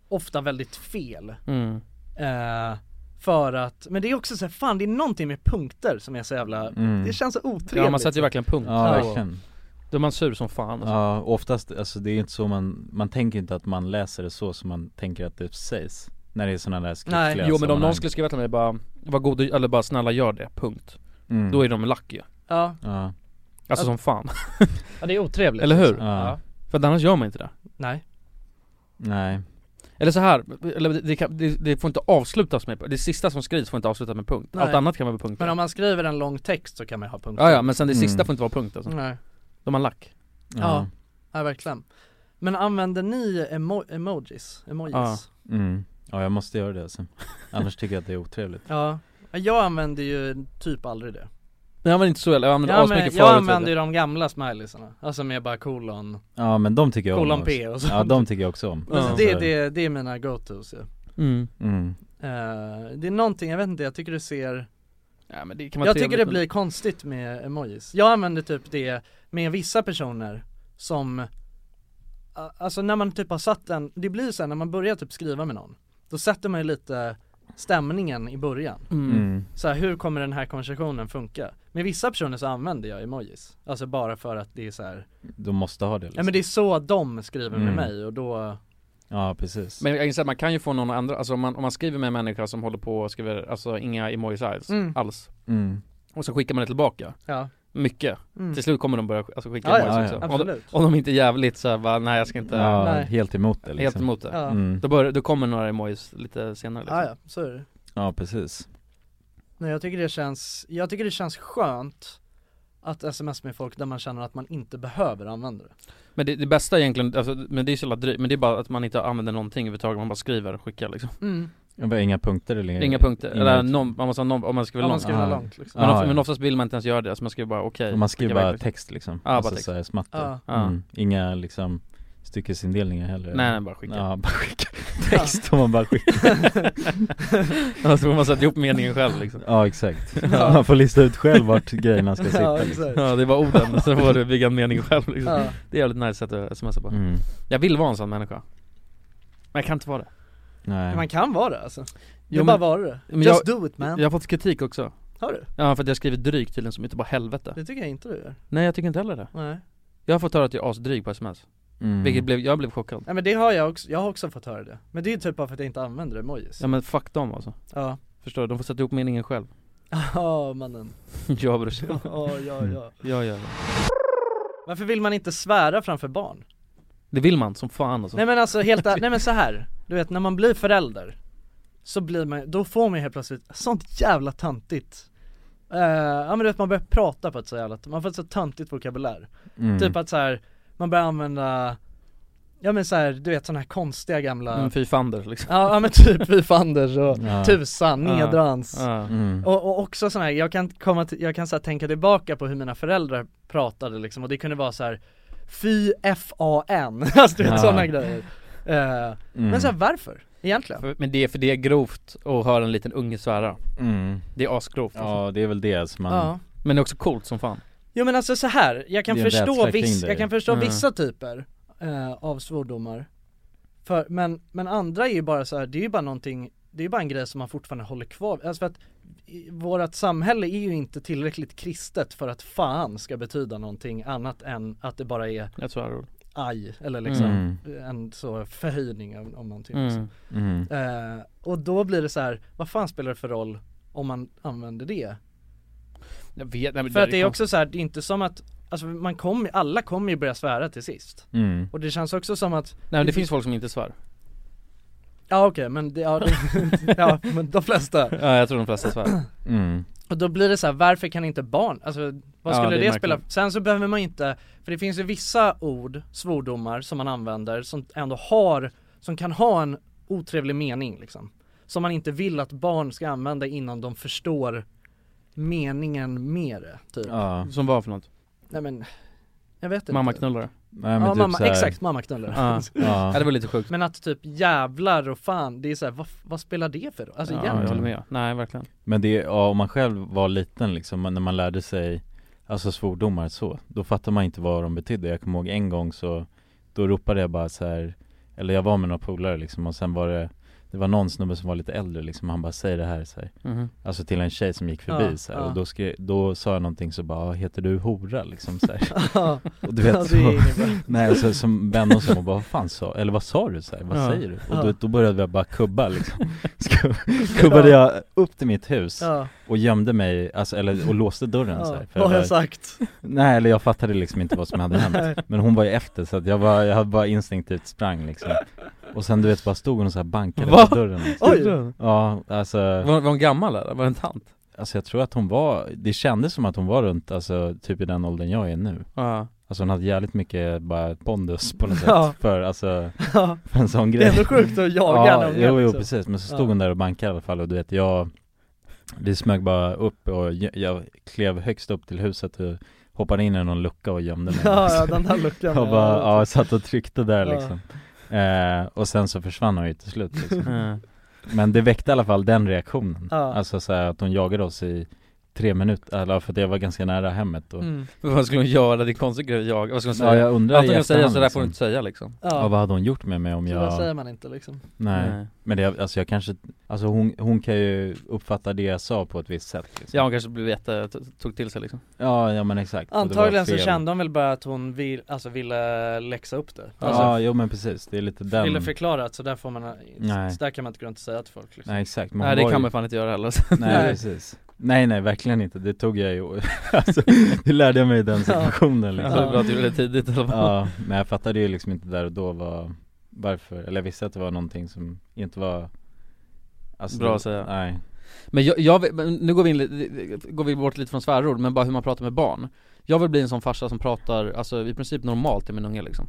[SPEAKER 7] ofta väldigt fel
[SPEAKER 5] Mm.
[SPEAKER 7] Eh, för att, men det är också så här, fan det är någonting med punkter som är så jävla,
[SPEAKER 2] Mm.
[SPEAKER 7] det känns så otrevligt liksom.
[SPEAKER 5] Ja man sätter ju verkligen punkt
[SPEAKER 2] Ja, verkligen.
[SPEAKER 5] Då är man sur som fan alltså.
[SPEAKER 2] Ja, oftast, alltså det är inte så man, man tänker inte att man läser det så som man tänker att det sägs När det är sådana där skriftliga
[SPEAKER 5] Nej, jo men om någon
[SPEAKER 2] sammanhang.
[SPEAKER 5] skulle skriva till mig bara Var god och- eller bara snälla gör det, punkt
[SPEAKER 2] Mm.
[SPEAKER 5] Då är de lack ju
[SPEAKER 7] Ja.
[SPEAKER 2] Ja.
[SPEAKER 5] Alltså som fan
[SPEAKER 7] <laughs> Ja, det är otrevligt,
[SPEAKER 5] Eller hur?
[SPEAKER 7] liksom. Ja.
[SPEAKER 5] För att annars gör man inte det
[SPEAKER 7] Nej
[SPEAKER 2] Nej
[SPEAKER 5] Eller så här, eller det, det, kan, det, det får inte avslutas med Det sista som skrivs får inte avslutas med punkt
[SPEAKER 7] Nej.
[SPEAKER 5] Allt annat kan vara med punkt
[SPEAKER 7] Men om man skriver en lång text så kan man ju ha punkter
[SPEAKER 5] Ja, ja men sen det sista får inte vara punkt alltså.
[SPEAKER 7] Nej.
[SPEAKER 5] Då är man lack
[SPEAKER 7] Ja, ja verkligen Men använder ni emo- emojis? Emojis?
[SPEAKER 2] ja. Mm. ja, jag måste göra det alltså. Annars tycker jag att det är otrevligt
[SPEAKER 7] Ja, jag använder ju typ aldrig det.
[SPEAKER 5] Nej men inte så eller, jag använder
[SPEAKER 7] Jag,
[SPEAKER 5] asmycket
[SPEAKER 7] använder,
[SPEAKER 5] förut
[SPEAKER 7] jag
[SPEAKER 5] vet
[SPEAKER 7] använder ju de gamla smileysarna, alltså med bara kolon,
[SPEAKER 2] Ja men de tycker jag om
[SPEAKER 7] kolon
[SPEAKER 2] också.
[SPEAKER 7] P
[SPEAKER 5] alltså.
[SPEAKER 7] och sånt.
[SPEAKER 2] Ja de tycker jag också om Alltså,
[SPEAKER 7] Men Det, det, det är mina go-tos ju.
[SPEAKER 5] Mm.
[SPEAKER 2] Mm.
[SPEAKER 7] Eh, det är någonting, jag vet inte, jag tycker det ser
[SPEAKER 5] Ja, men
[SPEAKER 7] det
[SPEAKER 5] kan vara
[SPEAKER 7] Jag tycker
[SPEAKER 5] trevligt,
[SPEAKER 7] det
[SPEAKER 5] men-
[SPEAKER 7] blir konstigt med emojis. Jag använder typ det med vissa personer som a- Alltså när man typ har satt en, det blir så här, när man börjar typ skriva med någon Då sätter man ju lite stämningen i början
[SPEAKER 5] Mm. Mm.
[SPEAKER 7] Så här, hur kommer den här konversationen funka? Med vissa personer så använder jag emojis Alltså bara för att det är så här.
[SPEAKER 2] De måste ha det
[SPEAKER 7] Nej
[SPEAKER 2] liksom.
[SPEAKER 7] men det är så de skriver med
[SPEAKER 2] Mm.
[SPEAKER 7] mig och då
[SPEAKER 2] Ja precis
[SPEAKER 5] Men jag inser att man kan ju få någon att ändra, alltså om man, om man skriver med en människa som håller på och skriver, alltså inga emojis alls,
[SPEAKER 7] Mm.
[SPEAKER 5] alls.
[SPEAKER 2] Mm.
[SPEAKER 5] Och så skickar man det tillbaka
[SPEAKER 7] Ja.
[SPEAKER 5] Mycket,
[SPEAKER 7] Mm.
[SPEAKER 5] till slut kommer de börja alltså, skicka
[SPEAKER 7] Ja, ja,
[SPEAKER 5] emojis
[SPEAKER 7] ja,
[SPEAKER 5] också
[SPEAKER 7] ja.
[SPEAKER 5] Om de-
[SPEAKER 7] Absolut.
[SPEAKER 5] Om de inte är jävligt så här, bara, nej jag ska inte
[SPEAKER 2] Ja, Nej. helt emot det,
[SPEAKER 5] Helt
[SPEAKER 2] liksom.
[SPEAKER 5] emot det,
[SPEAKER 2] Ja. Mm.
[SPEAKER 5] då, börjar, då kommer några emojis lite senare liksom.
[SPEAKER 7] Ja, ja, så är det.
[SPEAKER 2] Ja precis
[SPEAKER 7] Nej jag tycker det känns, jag tycker det känns skönt att sms med folk där man känner att man inte behöver använda det
[SPEAKER 5] Men det, det bästa egentligen, alltså, men det är så jävla drygt, men det är bara att man inte använder någonting överhuvudtaget, man bara skriver och skickar liksom
[SPEAKER 7] Mm.
[SPEAKER 2] Ja, bara Inga punkter eller
[SPEAKER 5] Inga punkter,
[SPEAKER 2] inga-
[SPEAKER 5] eller någon, man måste ha någon, om man skriver
[SPEAKER 7] Ja, man
[SPEAKER 5] långt
[SPEAKER 7] skriver långt, liksom.
[SPEAKER 5] men,
[SPEAKER 2] Ja,
[SPEAKER 5] of,
[SPEAKER 2] ja.
[SPEAKER 5] men oftast vill man inte ens göra det, så man skriver bara okej
[SPEAKER 2] Och Man skriver
[SPEAKER 5] skicka
[SPEAKER 2] bara
[SPEAKER 5] iväg, liksom.
[SPEAKER 2] text liksom,
[SPEAKER 5] Ja, bara
[SPEAKER 2] alltså
[SPEAKER 5] text
[SPEAKER 2] såhär smattor
[SPEAKER 7] <laughs> Ja.
[SPEAKER 2] mm. Inga liksom styckesindelningar heller
[SPEAKER 5] Nej, nej, bara skicka. <laughs>
[SPEAKER 2] Ja bara skicka text och man bara skickar
[SPEAKER 5] Ja, så får Alltså, man sätta ihop meningen själv liksom
[SPEAKER 2] Ja exakt, man får lista ut själv vart grejerna ska sitta liksom.
[SPEAKER 5] Ja det var orden, så får du bygga en mening själv liksom.
[SPEAKER 2] Ja.
[SPEAKER 5] Det är jävligt nice sätt att smsa på
[SPEAKER 2] Mm.
[SPEAKER 5] Jag vill vara en sån människa Men jag kan inte vara det
[SPEAKER 2] Nej.
[SPEAKER 7] Man kan vara det alltså Det
[SPEAKER 5] Jo,
[SPEAKER 7] är bara
[SPEAKER 5] men-
[SPEAKER 7] vara det,
[SPEAKER 5] men
[SPEAKER 7] just
[SPEAKER 5] jag,
[SPEAKER 7] do it man
[SPEAKER 5] Jag har fått kritik också
[SPEAKER 7] Har du?
[SPEAKER 5] Ja för att jag skriver dryg tydligen som inte bara helvete
[SPEAKER 7] Det tycker jag inte du gör
[SPEAKER 5] Nej jag tycker inte heller det
[SPEAKER 7] Nej.
[SPEAKER 5] Jag har fått höra att jag är asdryg på sms
[SPEAKER 2] Mm.
[SPEAKER 5] Vilket blev, jag blev chockad
[SPEAKER 7] Nej men det har jag också, jag har också fått höra det Men det är ju typ bara för att jag inte använder emojis
[SPEAKER 5] Ja men fuck dem alltså
[SPEAKER 7] Ja. <laughs>
[SPEAKER 5] Förstår du? De får sätta ihop meningen själv <laughs>
[SPEAKER 7] Ja mannen
[SPEAKER 5] Ja brorsan
[SPEAKER 7] Ja, ja, ja.
[SPEAKER 5] Ja ja
[SPEAKER 7] Varför vill man inte svära framför barn?
[SPEAKER 5] Det vill man som fan alltså
[SPEAKER 7] Nej men alltså helt ärligt, nej men så här. du vet när man blir förälder Så blir man, då får man ju helt plötsligt sånt jävla töntigt Eh, Ja men du vet man börjar prata på ett så jävla, man får ett så töntigt vokabulär
[SPEAKER 5] Mm.
[SPEAKER 7] Typ att så här, man börjar använda Ja men så här, du vet såna här konstiga gamla
[SPEAKER 5] Mm, fy
[SPEAKER 7] <laughs>
[SPEAKER 5] fanders, liksom.
[SPEAKER 7] Ja, ja men typ fy fanders och
[SPEAKER 5] Ja.
[SPEAKER 7] tusan,
[SPEAKER 5] Ja.
[SPEAKER 7] nedrans
[SPEAKER 5] Ja. Mm.
[SPEAKER 7] och, och också sån här, jag kan komma till, jag kan så här, tänka tillbaka på hur mina föräldrar pratade liksom och det kunde vara så här Fy F-A-N, <laughs> alltså du vet
[SPEAKER 5] Ja. Mm.
[SPEAKER 7] sådana grejer Eh,
[SPEAKER 2] Mm.
[SPEAKER 7] Men så här, varför? Egentligen?
[SPEAKER 5] För- Men det är för det är grovt att höra en liten unge svära
[SPEAKER 2] Mm.
[SPEAKER 5] Det är asgrovt
[SPEAKER 2] Ja det är väl det alltså, man
[SPEAKER 7] Ja.
[SPEAKER 5] Men det är också coolt som fan
[SPEAKER 7] Jo men alltså så här, jag kan
[SPEAKER 5] Det är en
[SPEAKER 7] förstå,
[SPEAKER 5] rädsla kring
[SPEAKER 7] viss,
[SPEAKER 5] det.
[SPEAKER 7] jag kan förstå
[SPEAKER 5] Mm.
[SPEAKER 7] vissa typer eh, av svordomar för, men, men andra är ju bara så här, det är ju bara någonting Det är ju bara en grej som man fortfarande håller kvar alltså för att i- Vårat samhälle är ju inte tillräckligt kristet för att fan ska betyda någonting annat än att det bara är
[SPEAKER 5] Jag tror
[SPEAKER 7] Aj, eller liksom
[SPEAKER 5] Mm.
[SPEAKER 7] en så förhöjning av, av någonting
[SPEAKER 5] Mm.
[SPEAKER 7] liksom.
[SPEAKER 5] Mm.
[SPEAKER 7] Eh, Och då blir det så här, vad fan spelar det för roll om man använder det?
[SPEAKER 5] Jag vet, nej, men
[SPEAKER 7] För
[SPEAKER 5] där
[SPEAKER 7] att det
[SPEAKER 5] kom-
[SPEAKER 7] är också så här, det är inte som att Alltså man kommer, alla kommer ju börja svära till sist
[SPEAKER 5] Mm.
[SPEAKER 7] Och det känns också som att
[SPEAKER 5] Nej men det finns folk som inte svär
[SPEAKER 7] Ja okej men det, ja, <laughs> det, ja men de flesta
[SPEAKER 5] Ja jag tror de flesta svär
[SPEAKER 2] Mm.
[SPEAKER 7] Och då blir det så här, varför kan inte barn, alltså vad
[SPEAKER 5] Ja,
[SPEAKER 7] skulle
[SPEAKER 5] det är
[SPEAKER 7] det,
[SPEAKER 5] märkligt.
[SPEAKER 7] spela Sen så behöver man inte, för det finns ju vissa ord, svordomar som man använder som ändå har, som kan ha en otrevlig mening liksom Som man inte vill att barn ska använda innan de förstår meningen med det typ
[SPEAKER 2] Ja.
[SPEAKER 5] Som var för något?
[SPEAKER 7] Nej men, jag vet inte
[SPEAKER 5] Mammaknullare?
[SPEAKER 2] Nej, men
[SPEAKER 7] ja,
[SPEAKER 2] typ
[SPEAKER 7] mamma,
[SPEAKER 2] så här-
[SPEAKER 7] exakt, mammaknullare
[SPEAKER 5] Ja. Ja. Ja, det var lite
[SPEAKER 7] <laughs>
[SPEAKER 5] sjukt.
[SPEAKER 7] Men att typ jävlar och fan, det är såhär, vad, vad spelar det för roll? Alltså
[SPEAKER 5] Ja,
[SPEAKER 7] egentligen
[SPEAKER 5] jag håller med. Nej verkligen
[SPEAKER 2] Men det, ja, om man själv var liten liksom, när man lärde sig Alltså svordomar så, då fattar man inte vad de betydde Jag kommer ihåg en gång så Då ropade jag bara så här Eller jag var med några polare liksom och sen var det Det var någon snubbe som var lite äldre liksom, han bara säger det här, så här.
[SPEAKER 5] Mhm.
[SPEAKER 2] Alltså till en tjej som gick förbi
[SPEAKER 5] Ja,
[SPEAKER 2] så här,
[SPEAKER 5] ja.
[SPEAKER 2] och då, skrev, då sa jag någonting så bara, heter du hora liksom så
[SPEAKER 5] <laughs>
[SPEAKER 2] här.
[SPEAKER 7] <laughs>
[SPEAKER 5] Ja.
[SPEAKER 2] Och du vet
[SPEAKER 5] Ja, det
[SPEAKER 2] så,
[SPEAKER 5] är
[SPEAKER 2] <laughs>
[SPEAKER 5] inget bra.
[SPEAKER 2] nej alltså som vände oss om och bara, vad fan sa, eller vad sa du så här, vad
[SPEAKER 5] Ja.
[SPEAKER 2] säger du? Och
[SPEAKER 5] Ja.
[SPEAKER 2] då, då började jag bara kubba
[SPEAKER 5] <laughs>
[SPEAKER 2] liksom Så Kubbade jag upp till mitt hus
[SPEAKER 5] Ja.
[SPEAKER 2] och gömde mig, alltså, eller, och låste dörren
[SPEAKER 7] Ja.
[SPEAKER 2] så här,
[SPEAKER 7] Vad har jag
[SPEAKER 2] var-
[SPEAKER 7] sagt? <laughs>
[SPEAKER 2] Nej eller jag fattade liksom inte vad som hade
[SPEAKER 7] Nej.
[SPEAKER 2] hänt Men hon var ju efter så att jag, var, jag hade bara instinktivt sprang liksom Och sen du vet bara stod hon och så här bankade
[SPEAKER 5] Va?
[SPEAKER 2] på
[SPEAKER 7] <laughs>
[SPEAKER 2] dörren
[SPEAKER 5] Oj.
[SPEAKER 2] Ja alltså
[SPEAKER 5] Var, var hon gammal eller? Var det en tant?
[SPEAKER 2] Alltså jag tror att hon var, det kändes som att hon var runt, alltså typ i den åldern jag är nu
[SPEAKER 5] Ja.
[SPEAKER 2] Alltså hon hade jävligt mycket bara pondus på något sätt
[SPEAKER 7] <laughs> Ja.
[SPEAKER 2] för, alltså,
[SPEAKER 7] Ja.
[SPEAKER 2] för en sån
[SPEAKER 7] Det är
[SPEAKER 2] grej
[SPEAKER 7] ändå sjukt att jaga en
[SPEAKER 2] ja,
[SPEAKER 7] unge,
[SPEAKER 2] jo, jo
[SPEAKER 7] liksom.
[SPEAKER 2] precis, men så stod
[SPEAKER 7] Ja.
[SPEAKER 2] hon där och bankade i alla fall och du vet jag Vi smög bara upp och jag, jag klev högst upp till huset och hoppade in i någon lucka och gömde mig
[SPEAKER 7] <laughs> Ja, ja, den
[SPEAKER 2] <laughs>
[SPEAKER 7] där luckan,
[SPEAKER 2] Jag bara,
[SPEAKER 7] ja.
[SPEAKER 2] ja, satt och tryckte där
[SPEAKER 7] Ja.
[SPEAKER 2] liksom eh, Och sen så försvann hon ju till slut
[SPEAKER 5] Mm.
[SPEAKER 2] liksom. Men det väckte i alla fall den reaktionen
[SPEAKER 5] Ja.
[SPEAKER 2] Alltså så här, att hon jagade oss i tre minuter, eller för att jag var ganska nära hemmet och
[SPEAKER 5] Mm. <laughs> Vad skulle hon göra? Det är konstigt grej att jaga. Vad skulle hon säga?
[SPEAKER 2] Ja jag undrar
[SPEAKER 5] Allt hon kan säga
[SPEAKER 2] efterhand,
[SPEAKER 5] sådär får hon inte säga liksom.
[SPEAKER 2] ja. vad hade hon gjort med mig om
[SPEAKER 5] Så
[SPEAKER 2] jag
[SPEAKER 5] där säger
[SPEAKER 7] man inte, liksom.
[SPEAKER 2] Nej,
[SPEAKER 5] Nej.
[SPEAKER 2] men det, alltså jag kanske, alltså hon, hon kan ju uppfatta det jag sa på ett visst sätt liksom.
[SPEAKER 5] Ja hon kanske blev jätte, t- tog till sig liksom.
[SPEAKER 2] Ja, ja men exakt Och det var
[SPEAKER 7] Antagligen så
[SPEAKER 2] fel.
[SPEAKER 7] kände hon väl bara att hon vill, alltså ville läxa upp det
[SPEAKER 2] Ja,
[SPEAKER 7] alltså,
[SPEAKER 2] jo men precis, det är lite den
[SPEAKER 7] Ville förklara att så där får man,
[SPEAKER 2] Nej.
[SPEAKER 7] så där kan man inte gå runt och säga till folk liksom.
[SPEAKER 2] Nej exakt
[SPEAKER 5] Nej,
[SPEAKER 2] hon
[SPEAKER 5] det
[SPEAKER 2] var
[SPEAKER 5] kan
[SPEAKER 2] ju-
[SPEAKER 5] man fan inte göra heller.
[SPEAKER 2] <laughs> Nej
[SPEAKER 5] Nej.
[SPEAKER 2] precis Nej nej verkligen inte, det tog jag ju <laughs> alltså, det lärde jag mig i den situationen
[SPEAKER 5] Ja.
[SPEAKER 2] liksom.
[SPEAKER 5] Det är bra att du gjorde det tidigt i alla fall.
[SPEAKER 2] Ja, men jag fattade ju liksom inte där och då vad, varför, eller jag visste att det var någonting som inte var alltså,
[SPEAKER 5] Bra att säga.
[SPEAKER 2] Nej
[SPEAKER 5] Men jag, jag vill- men nu går vi, in, li- går vi bort lite från svärord, men bara hur man pratar med barn Jag vill bli en sån farsa som pratar, alltså i princip normalt till min unge liksom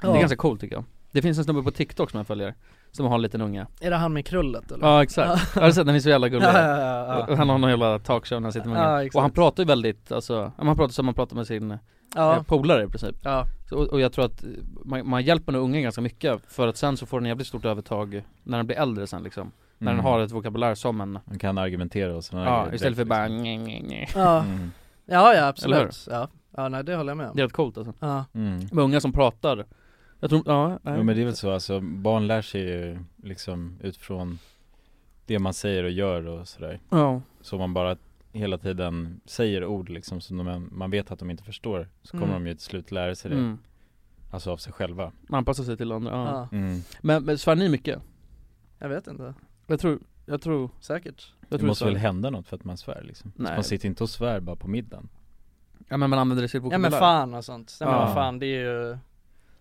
[SPEAKER 5] Det
[SPEAKER 7] Ja.
[SPEAKER 5] är ganska coolt tycker jag Det finns en snubbe på TikTok som jag följer, som har en liten unge
[SPEAKER 7] Är det han med krullet eller?
[SPEAKER 5] Ja exakt, har du sett? Den är så jävla gullig
[SPEAKER 7] Ja, ja, ja, ja.
[SPEAKER 5] Han har någon jävla talkshow när han sitter med
[SPEAKER 7] Ja,
[SPEAKER 5] ungen.
[SPEAKER 7] exakt.
[SPEAKER 5] Och han pratar ju väldigt, alltså, ja, men han pratar som man pratar med sin
[SPEAKER 7] Ja.
[SPEAKER 5] eh, polare i princip
[SPEAKER 7] Ja.
[SPEAKER 5] så, och, och jag tror att eh, man, man hjälper nog ungen ganska mycket för att sen så får den jävligt stort övertag när den blir äldre sen liksom När
[SPEAKER 2] Mm.
[SPEAKER 5] den har ett vokabulär som en
[SPEAKER 2] Man kan argumentera och sådana
[SPEAKER 5] Ja,
[SPEAKER 2] grejer
[SPEAKER 5] istället för
[SPEAKER 2] direkt, liksom. Mm.
[SPEAKER 5] bara nej, nej, nej.
[SPEAKER 7] Ja, ja, ja absolut,
[SPEAKER 5] Eller
[SPEAKER 7] ja. ja nej det håller jag med om
[SPEAKER 5] Det är rätt coolt alltså
[SPEAKER 7] Ja
[SPEAKER 2] Mm.
[SPEAKER 5] Med unga som pratar Jag tror, ja, nej.
[SPEAKER 2] Jo men det är väl så, alltså barn lär sig ju liksom utifrån det man säger och gör och sådär
[SPEAKER 5] Ja.
[SPEAKER 2] Så man bara hela tiden säger ord liksom som de, man vet att de inte förstår Så kommer
[SPEAKER 5] Mm.
[SPEAKER 2] de ju till slut lära sig det
[SPEAKER 5] Mm.
[SPEAKER 2] Alltså av sig själva
[SPEAKER 5] Man anpassar sig till andra, ja.
[SPEAKER 7] Ja.
[SPEAKER 2] Mm.
[SPEAKER 5] Men, men svär ni mycket?
[SPEAKER 7] Jag vet inte
[SPEAKER 5] Jag tror, jag tror
[SPEAKER 7] Säkert
[SPEAKER 5] jag
[SPEAKER 2] Det
[SPEAKER 5] tror
[SPEAKER 2] måste
[SPEAKER 5] svär.
[SPEAKER 2] väl hända något för att man svär liksom?
[SPEAKER 5] Nej.
[SPEAKER 2] Man sitter inte och svär bara på middagen
[SPEAKER 5] Ja men man använder det i sitt
[SPEAKER 7] Ja
[SPEAKER 5] vokabulär
[SPEAKER 7] men fan och sånt, nej men
[SPEAKER 5] Ja.
[SPEAKER 7] vad fan det är ju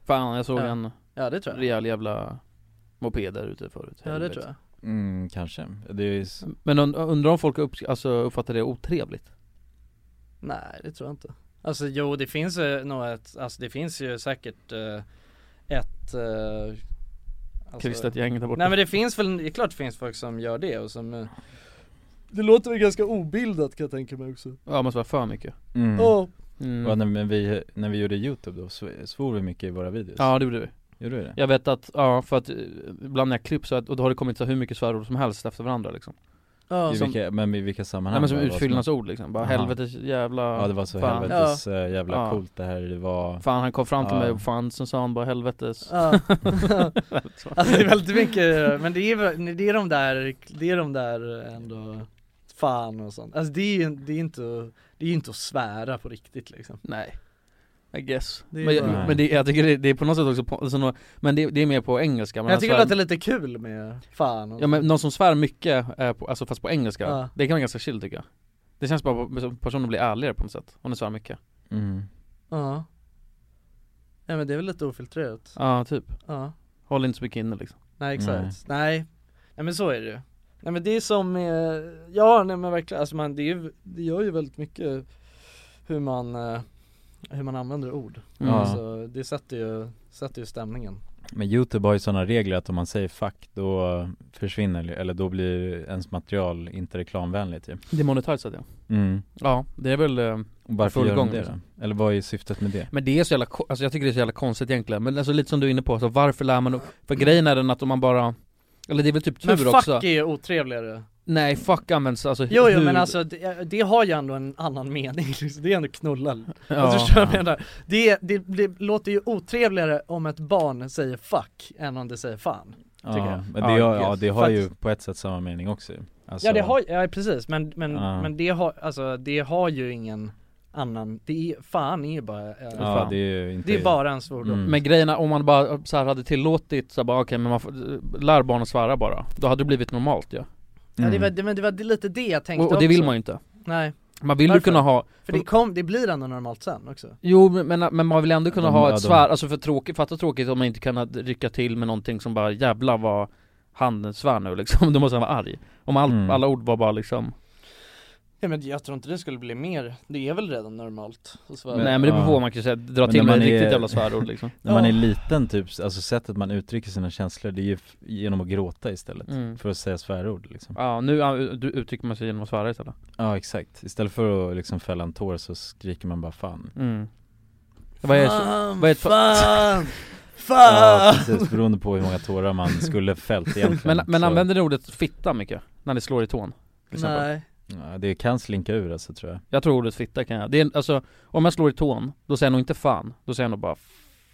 [SPEAKER 5] Fan jag såg
[SPEAKER 7] Ja.
[SPEAKER 5] en
[SPEAKER 7] Ja, det tror jag.
[SPEAKER 5] rejäl jävla moped där ute förut
[SPEAKER 7] Ja det tror jag
[SPEAKER 2] Mm, kanske Det är ju s-
[SPEAKER 5] Men und- undrar om folk upp, alltså, uppfattar det otrevligt?
[SPEAKER 2] Alltså-
[SPEAKER 7] Nej det tror jag inte Alltså jo det finns eh, nog ett, alltså det finns ju säkert eh, ett eh, alltså
[SPEAKER 5] Kristet gäng där borta.
[SPEAKER 7] Nej men det finns väl, det är klart det finns folk som gör det och som eh, Det låter väl ganska obildat kan jag tänka mig också
[SPEAKER 5] Ja man svär för mycket
[SPEAKER 2] Mm.
[SPEAKER 7] Ja.
[SPEAKER 5] Mm.
[SPEAKER 2] Ja, när, men vi, när vi gjorde youtube då sv- svor vi mycket i våra videos
[SPEAKER 5] Ja det gjorde vi
[SPEAKER 2] Gjorde vi det?
[SPEAKER 5] Jag vet att, ja för att eh, ibland när jag klipps så att, och då har det kommit så här hur mycket svärord som helst efter varandra liksom
[SPEAKER 7] Ja.
[SPEAKER 2] I
[SPEAKER 5] Som-
[SPEAKER 2] vilka, men i vilka sammanhang?
[SPEAKER 5] Nej men som
[SPEAKER 2] Vad var det
[SPEAKER 5] utfyllnadsord liksom, bara
[SPEAKER 2] Aha.
[SPEAKER 5] helvetes jävla
[SPEAKER 2] Ja det var så
[SPEAKER 5] fan.
[SPEAKER 2] helvetes eh, jävla
[SPEAKER 5] Ja.
[SPEAKER 2] coolt det här, det var
[SPEAKER 5] Fan han kom fram till
[SPEAKER 2] Ja.
[SPEAKER 5] mig och fan så sa han bara helvetes
[SPEAKER 7] Ja. <laughs> alltså det är väldigt mycket, men det är, väl- det är de där, det är de där eh, ändå fan och sånt. Alltså det är ju det är inte, det är ju inte att svära på riktigt liksom.
[SPEAKER 5] Nej. I guess.
[SPEAKER 7] Det är
[SPEAKER 5] men
[SPEAKER 7] bara-
[SPEAKER 5] jag, men det, jag tycker det, det är på något sätt också, på, alltså, nå- men det, det är mer på engelska men alltså,
[SPEAKER 7] jag tycker det
[SPEAKER 5] svär-
[SPEAKER 7] låter lite kul med fan och
[SPEAKER 5] Ja men någon som svär mycket, eh, på, alltså fast på engelska,
[SPEAKER 7] Ja.
[SPEAKER 5] det kan vara ganska chill tycker jag Det känns bara på- som personen blir ärligare på något sätt, om den svär mycket
[SPEAKER 2] Mm.
[SPEAKER 7] Ja. Ja men det är väl lite ofiltrerat.
[SPEAKER 5] Ja typ
[SPEAKER 7] Ja.
[SPEAKER 5] Håll inte så mycket inne liksom
[SPEAKER 7] Nej exakt, nej. nej men så är det ju Nej men det är som, eh, ja nej men verkligen, alltså man, det, är, ju- det gör ju väldigt mycket hur man, eh, hur man använder ord
[SPEAKER 2] Mm.
[SPEAKER 7] Alltså det sätter ju, sätter ju stämningen
[SPEAKER 2] Men youtube har ju sådana regler att om man säger fuck då försvinner, det, eller då blir ens material inte reklamvänligt ju
[SPEAKER 5] Det är monetizat ja
[SPEAKER 2] Mm.
[SPEAKER 5] Ja, det är väl eh,
[SPEAKER 2] Varför
[SPEAKER 5] full
[SPEAKER 2] gör
[SPEAKER 5] gång,
[SPEAKER 2] de det
[SPEAKER 5] liksom.
[SPEAKER 2] då? Eller vad är syftet med det?
[SPEAKER 5] Men det är så jävla, ko- alltså jag tycker det är så jävla konstigt egentligen Men alltså lite som du är inne på, alltså, varför lär man upp? För grejen är den att om man bara Eller det är väl typ tur
[SPEAKER 7] Men fuck
[SPEAKER 5] också
[SPEAKER 7] är ju otrevligare
[SPEAKER 5] Nej fuck används alltså
[SPEAKER 7] Jo jo
[SPEAKER 5] hur-
[SPEAKER 7] men alltså det, det har ju ändå en annan mening <laughs> liksom. det är ändå knulla
[SPEAKER 5] Ja.
[SPEAKER 7] Alltså förstår du vad jag menar? Det, det, det låter ju otrevligare om ett barn säger fuck än om det säger fan tycker jag.
[SPEAKER 2] Men det, ja,
[SPEAKER 7] Ja,
[SPEAKER 2] ja, det har
[SPEAKER 7] för
[SPEAKER 2] ju på ett sätt samma mening också ju. alltså,
[SPEAKER 7] Ja det har, ja precis, men, men,
[SPEAKER 2] Ja.
[SPEAKER 7] men det har, alltså det har ju ingen annan, det är, fan är ju bara, eh,
[SPEAKER 2] Ja,
[SPEAKER 7] fan.
[SPEAKER 2] det Mm. är ju inte-
[SPEAKER 7] det är bara en svordom.
[SPEAKER 5] Men grejerna, om man bara så här hade tillåtit så här, bara okej men man får, lär barn att svära bara Då hade det blivit normalt ja
[SPEAKER 7] Ja
[SPEAKER 2] Mm.
[SPEAKER 7] det var, det, men det var lite det jag tänkte
[SPEAKER 5] och, och det vill
[SPEAKER 7] också.
[SPEAKER 5] man ju inte
[SPEAKER 7] Nej.
[SPEAKER 5] Man vill ju
[SPEAKER 7] Varför?
[SPEAKER 5] kunna ha
[SPEAKER 7] För det, kom, det blir ändå normalt sen också.
[SPEAKER 5] Jo men, men- men man vill ändå kunna
[SPEAKER 7] De-
[SPEAKER 5] ha
[SPEAKER 7] ja,
[SPEAKER 5] ett
[SPEAKER 7] de-
[SPEAKER 5] svär, alltså för tråkigt, fatta tråkigt om man inte kan ha- rycka till med någonting som bara jävla vad han svär nu liksom, <laughs> då måste han vara arg Om all,
[SPEAKER 2] Mm.
[SPEAKER 5] alla ord var bara liksom
[SPEAKER 7] Ja, men jag tror inte det skulle bli mer, det är väl redan normalt att svära.
[SPEAKER 5] Nej, men det beror på vad man kan säga. Dra till
[SPEAKER 2] när
[SPEAKER 5] med
[SPEAKER 2] man
[SPEAKER 5] riktigt
[SPEAKER 2] <laughs>
[SPEAKER 5] jävla svärord, liksom.
[SPEAKER 2] När man
[SPEAKER 5] Ja.
[SPEAKER 2] är liten typ, alltså sättet man uttrycker sina känslor det är ju f- genom att gråta istället
[SPEAKER 5] Mm.
[SPEAKER 2] För att säga svärord liksom
[SPEAKER 5] Ja nu ja, du uttrycker man sig genom att svära istället
[SPEAKER 2] Ja exakt, istället för att liksom fälla en tår så skriker man bara fan
[SPEAKER 5] mm.
[SPEAKER 7] Ah.
[SPEAKER 2] Fan,
[SPEAKER 5] vad är ett <laughs>
[SPEAKER 7] fan,
[SPEAKER 2] Ja precis, beroende på hur många tårar man skulle fällt egentligen
[SPEAKER 5] Men, men
[SPEAKER 2] så-
[SPEAKER 5] använder ni ordet fitta mycket? När ni slår i tån? till exempel?
[SPEAKER 2] ja, Det kan slinka ur alltså tror jag
[SPEAKER 5] Jag tror ordet fitta kan jag, det är, alltså om jag slår i tån, då säger jag nog inte fan, då säger jag nog bara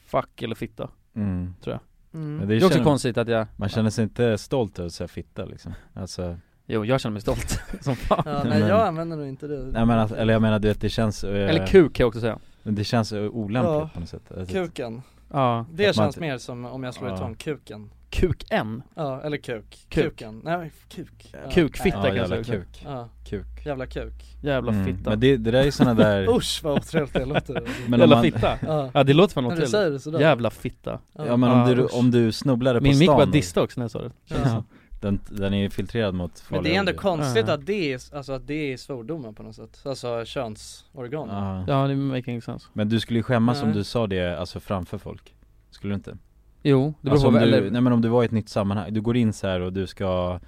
[SPEAKER 5] fuck eller fitta
[SPEAKER 2] Mm.
[SPEAKER 5] Tror jag
[SPEAKER 2] Men
[SPEAKER 5] Det är också
[SPEAKER 2] känner-
[SPEAKER 5] konstigt att jag
[SPEAKER 2] Man känner sig inte stolt över att säga fitta liksom alltså...
[SPEAKER 5] Jo, jag känner mig stolt <laughs> som fan
[SPEAKER 2] <laughs>
[SPEAKER 7] Ja, nej, jag använder nog inte det.
[SPEAKER 2] Nej men alltså, eller jag menar du vet det känns eh,
[SPEAKER 5] Eller kuk kan jag också säga
[SPEAKER 2] Men det känns eh, olämpligt på något sätt Alltså,
[SPEAKER 7] Kuken.
[SPEAKER 5] Ja.
[SPEAKER 7] Det
[SPEAKER 2] Att man
[SPEAKER 7] känns
[SPEAKER 2] inte-
[SPEAKER 7] mer som om jag slår
[SPEAKER 2] Ja.
[SPEAKER 7] i tån, kuken.
[SPEAKER 5] Kuken?
[SPEAKER 7] Ja, eller kuk.
[SPEAKER 5] Kuk.
[SPEAKER 7] Kuken. Nej, men kuk. Ja.
[SPEAKER 5] Kukfitta
[SPEAKER 7] Nej.
[SPEAKER 5] kanske
[SPEAKER 2] jävla
[SPEAKER 5] också.
[SPEAKER 2] kuk.
[SPEAKER 7] Ja.
[SPEAKER 2] Kuk.
[SPEAKER 7] Jävla kuk.
[SPEAKER 5] Jävla
[SPEAKER 2] Mm,
[SPEAKER 5] fitta
[SPEAKER 2] men det- det där är ju såna
[SPEAKER 5] <laughs>
[SPEAKER 2] där-
[SPEAKER 7] Usch vad otrevligt
[SPEAKER 2] <laughs>
[SPEAKER 7] det låter.
[SPEAKER 2] Men om
[SPEAKER 5] Jävla
[SPEAKER 2] man-
[SPEAKER 5] fitta?
[SPEAKER 7] Ja.
[SPEAKER 5] Ja. det låter fan
[SPEAKER 7] När du
[SPEAKER 5] otrevligt
[SPEAKER 7] säger det sådär.
[SPEAKER 5] Jävla fitta
[SPEAKER 2] Ja men om du,
[SPEAKER 5] usch.
[SPEAKER 2] om du snubblar på
[SPEAKER 5] Min
[SPEAKER 2] stan
[SPEAKER 5] mick bara
[SPEAKER 2] och-
[SPEAKER 5] distade också när jag sa det Känns
[SPEAKER 7] Ja.
[SPEAKER 5] så.
[SPEAKER 2] den, den är ju filtrerad mot farliga
[SPEAKER 7] Men det är ändå
[SPEAKER 2] ord.
[SPEAKER 7] konstigt att det är, alltså att det är svordomar på något sätt. Alltså könsorgan.
[SPEAKER 2] Ja.
[SPEAKER 5] Ja, det making sense
[SPEAKER 2] Men du skulle ju skämmas om
[SPEAKER 7] Nej.
[SPEAKER 2] du sa det alltså framför folk Skulle du inte?
[SPEAKER 5] Jo, det beror
[SPEAKER 2] alltså,
[SPEAKER 5] på-
[SPEAKER 2] om du,
[SPEAKER 5] eller-
[SPEAKER 2] Nej men om du var i ett nytt sammanhang, du går in så här och du ska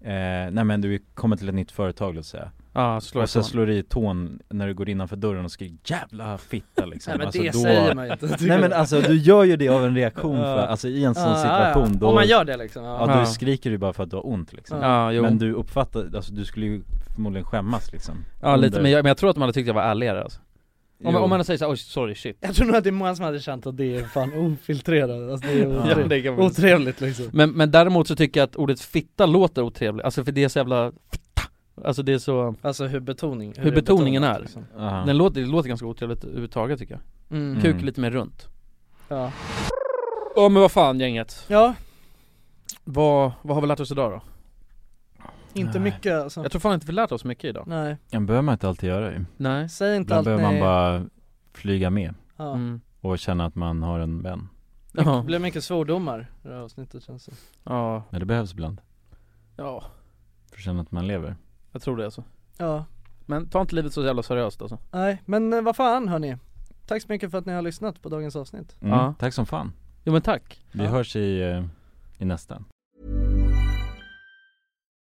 [SPEAKER 2] eh, Nej men du kommer till ett nytt företag låt säga
[SPEAKER 5] Ja, slår i
[SPEAKER 2] Och så
[SPEAKER 5] tån.
[SPEAKER 2] slår du i tån när du går innanför dörren och skriker 'jävla
[SPEAKER 7] <laughs>
[SPEAKER 2] fitta' liksom
[SPEAKER 7] Nej, men
[SPEAKER 2] alltså,
[SPEAKER 7] det säger man ju inte, tycker
[SPEAKER 2] Nej men
[SPEAKER 7] jag.
[SPEAKER 2] alltså du gör ju det av en reaktion
[SPEAKER 7] <laughs> Ja.
[SPEAKER 2] för, alltså i en sån
[SPEAKER 7] Ja, ja, ja.
[SPEAKER 2] situation då
[SPEAKER 7] Om man gör det, liksom, ja.
[SPEAKER 2] Ja, du
[SPEAKER 7] Ja.
[SPEAKER 2] skriker du bara för att du har ont liksom
[SPEAKER 5] Ja, jo.
[SPEAKER 2] Men du uppfattar, alltså du skulle ju förmodligen skämmas liksom
[SPEAKER 5] Ja lite,
[SPEAKER 2] Under-
[SPEAKER 5] men jag, men jag tror att man hade tyckt jag var ärligare alltså. om,
[SPEAKER 2] Jo.
[SPEAKER 5] om man hade sagt såhär, oj sorry shit
[SPEAKER 7] <laughs> Jag tror nog att det är många som hade känt att det är fan ofiltrerat, alltså det är
[SPEAKER 5] Ja,
[SPEAKER 7] otrevligt,
[SPEAKER 5] det kan man-
[SPEAKER 7] otrevligt liksom
[SPEAKER 5] men, men däremot så tycker jag att ordet fitta låter otrevligt, alltså för det är så jävla fitta Alltså det är så
[SPEAKER 7] Alltså hur betoning,
[SPEAKER 5] Hur betoningen är
[SPEAKER 7] liksom.
[SPEAKER 5] Den låter, det låter ganska otrevligt överhuvudtaget tycker jag
[SPEAKER 7] Mm.
[SPEAKER 5] Kuk
[SPEAKER 7] Mm.
[SPEAKER 5] lite mer runt
[SPEAKER 7] Ja.
[SPEAKER 5] Ja men vad fan gänget
[SPEAKER 7] Ja
[SPEAKER 5] Vad, vad har vi lärt oss idag då?
[SPEAKER 7] Inte mycket alltså.
[SPEAKER 5] Jag tror fan inte vi lärt oss mycket idag
[SPEAKER 7] Nej,
[SPEAKER 2] Den behöver man inte alltid göra ju
[SPEAKER 5] Nej.
[SPEAKER 7] Säg inte
[SPEAKER 2] Den
[SPEAKER 7] allt
[SPEAKER 2] behöver man
[SPEAKER 7] nej.
[SPEAKER 2] bara flyga med
[SPEAKER 7] Ja. Mm.
[SPEAKER 2] Och känna att man har en vän
[SPEAKER 7] det blev mycket svordomar i det här avsnittet känns det
[SPEAKER 5] Ja
[SPEAKER 2] Men det behövs ibland
[SPEAKER 5] Ja
[SPEAKER 2] För att känna att man lever
[SPEAKER 5] Jag tror det alltså
[SPEAKER 7] Ja.
[SPEAKER 5] Men ta inte livet så jävla seriöst alltså
[SPEAKER 7] Nej, men eh, vad fan hörni Tack så mycket för att ni har lyssnat på dagens avsnitt
[SPEAKER 2] mm. Tack som fan
[SPEAKER 5] Jo men tack
[SPEAKER 2] Vi hörs i, eh, i nästa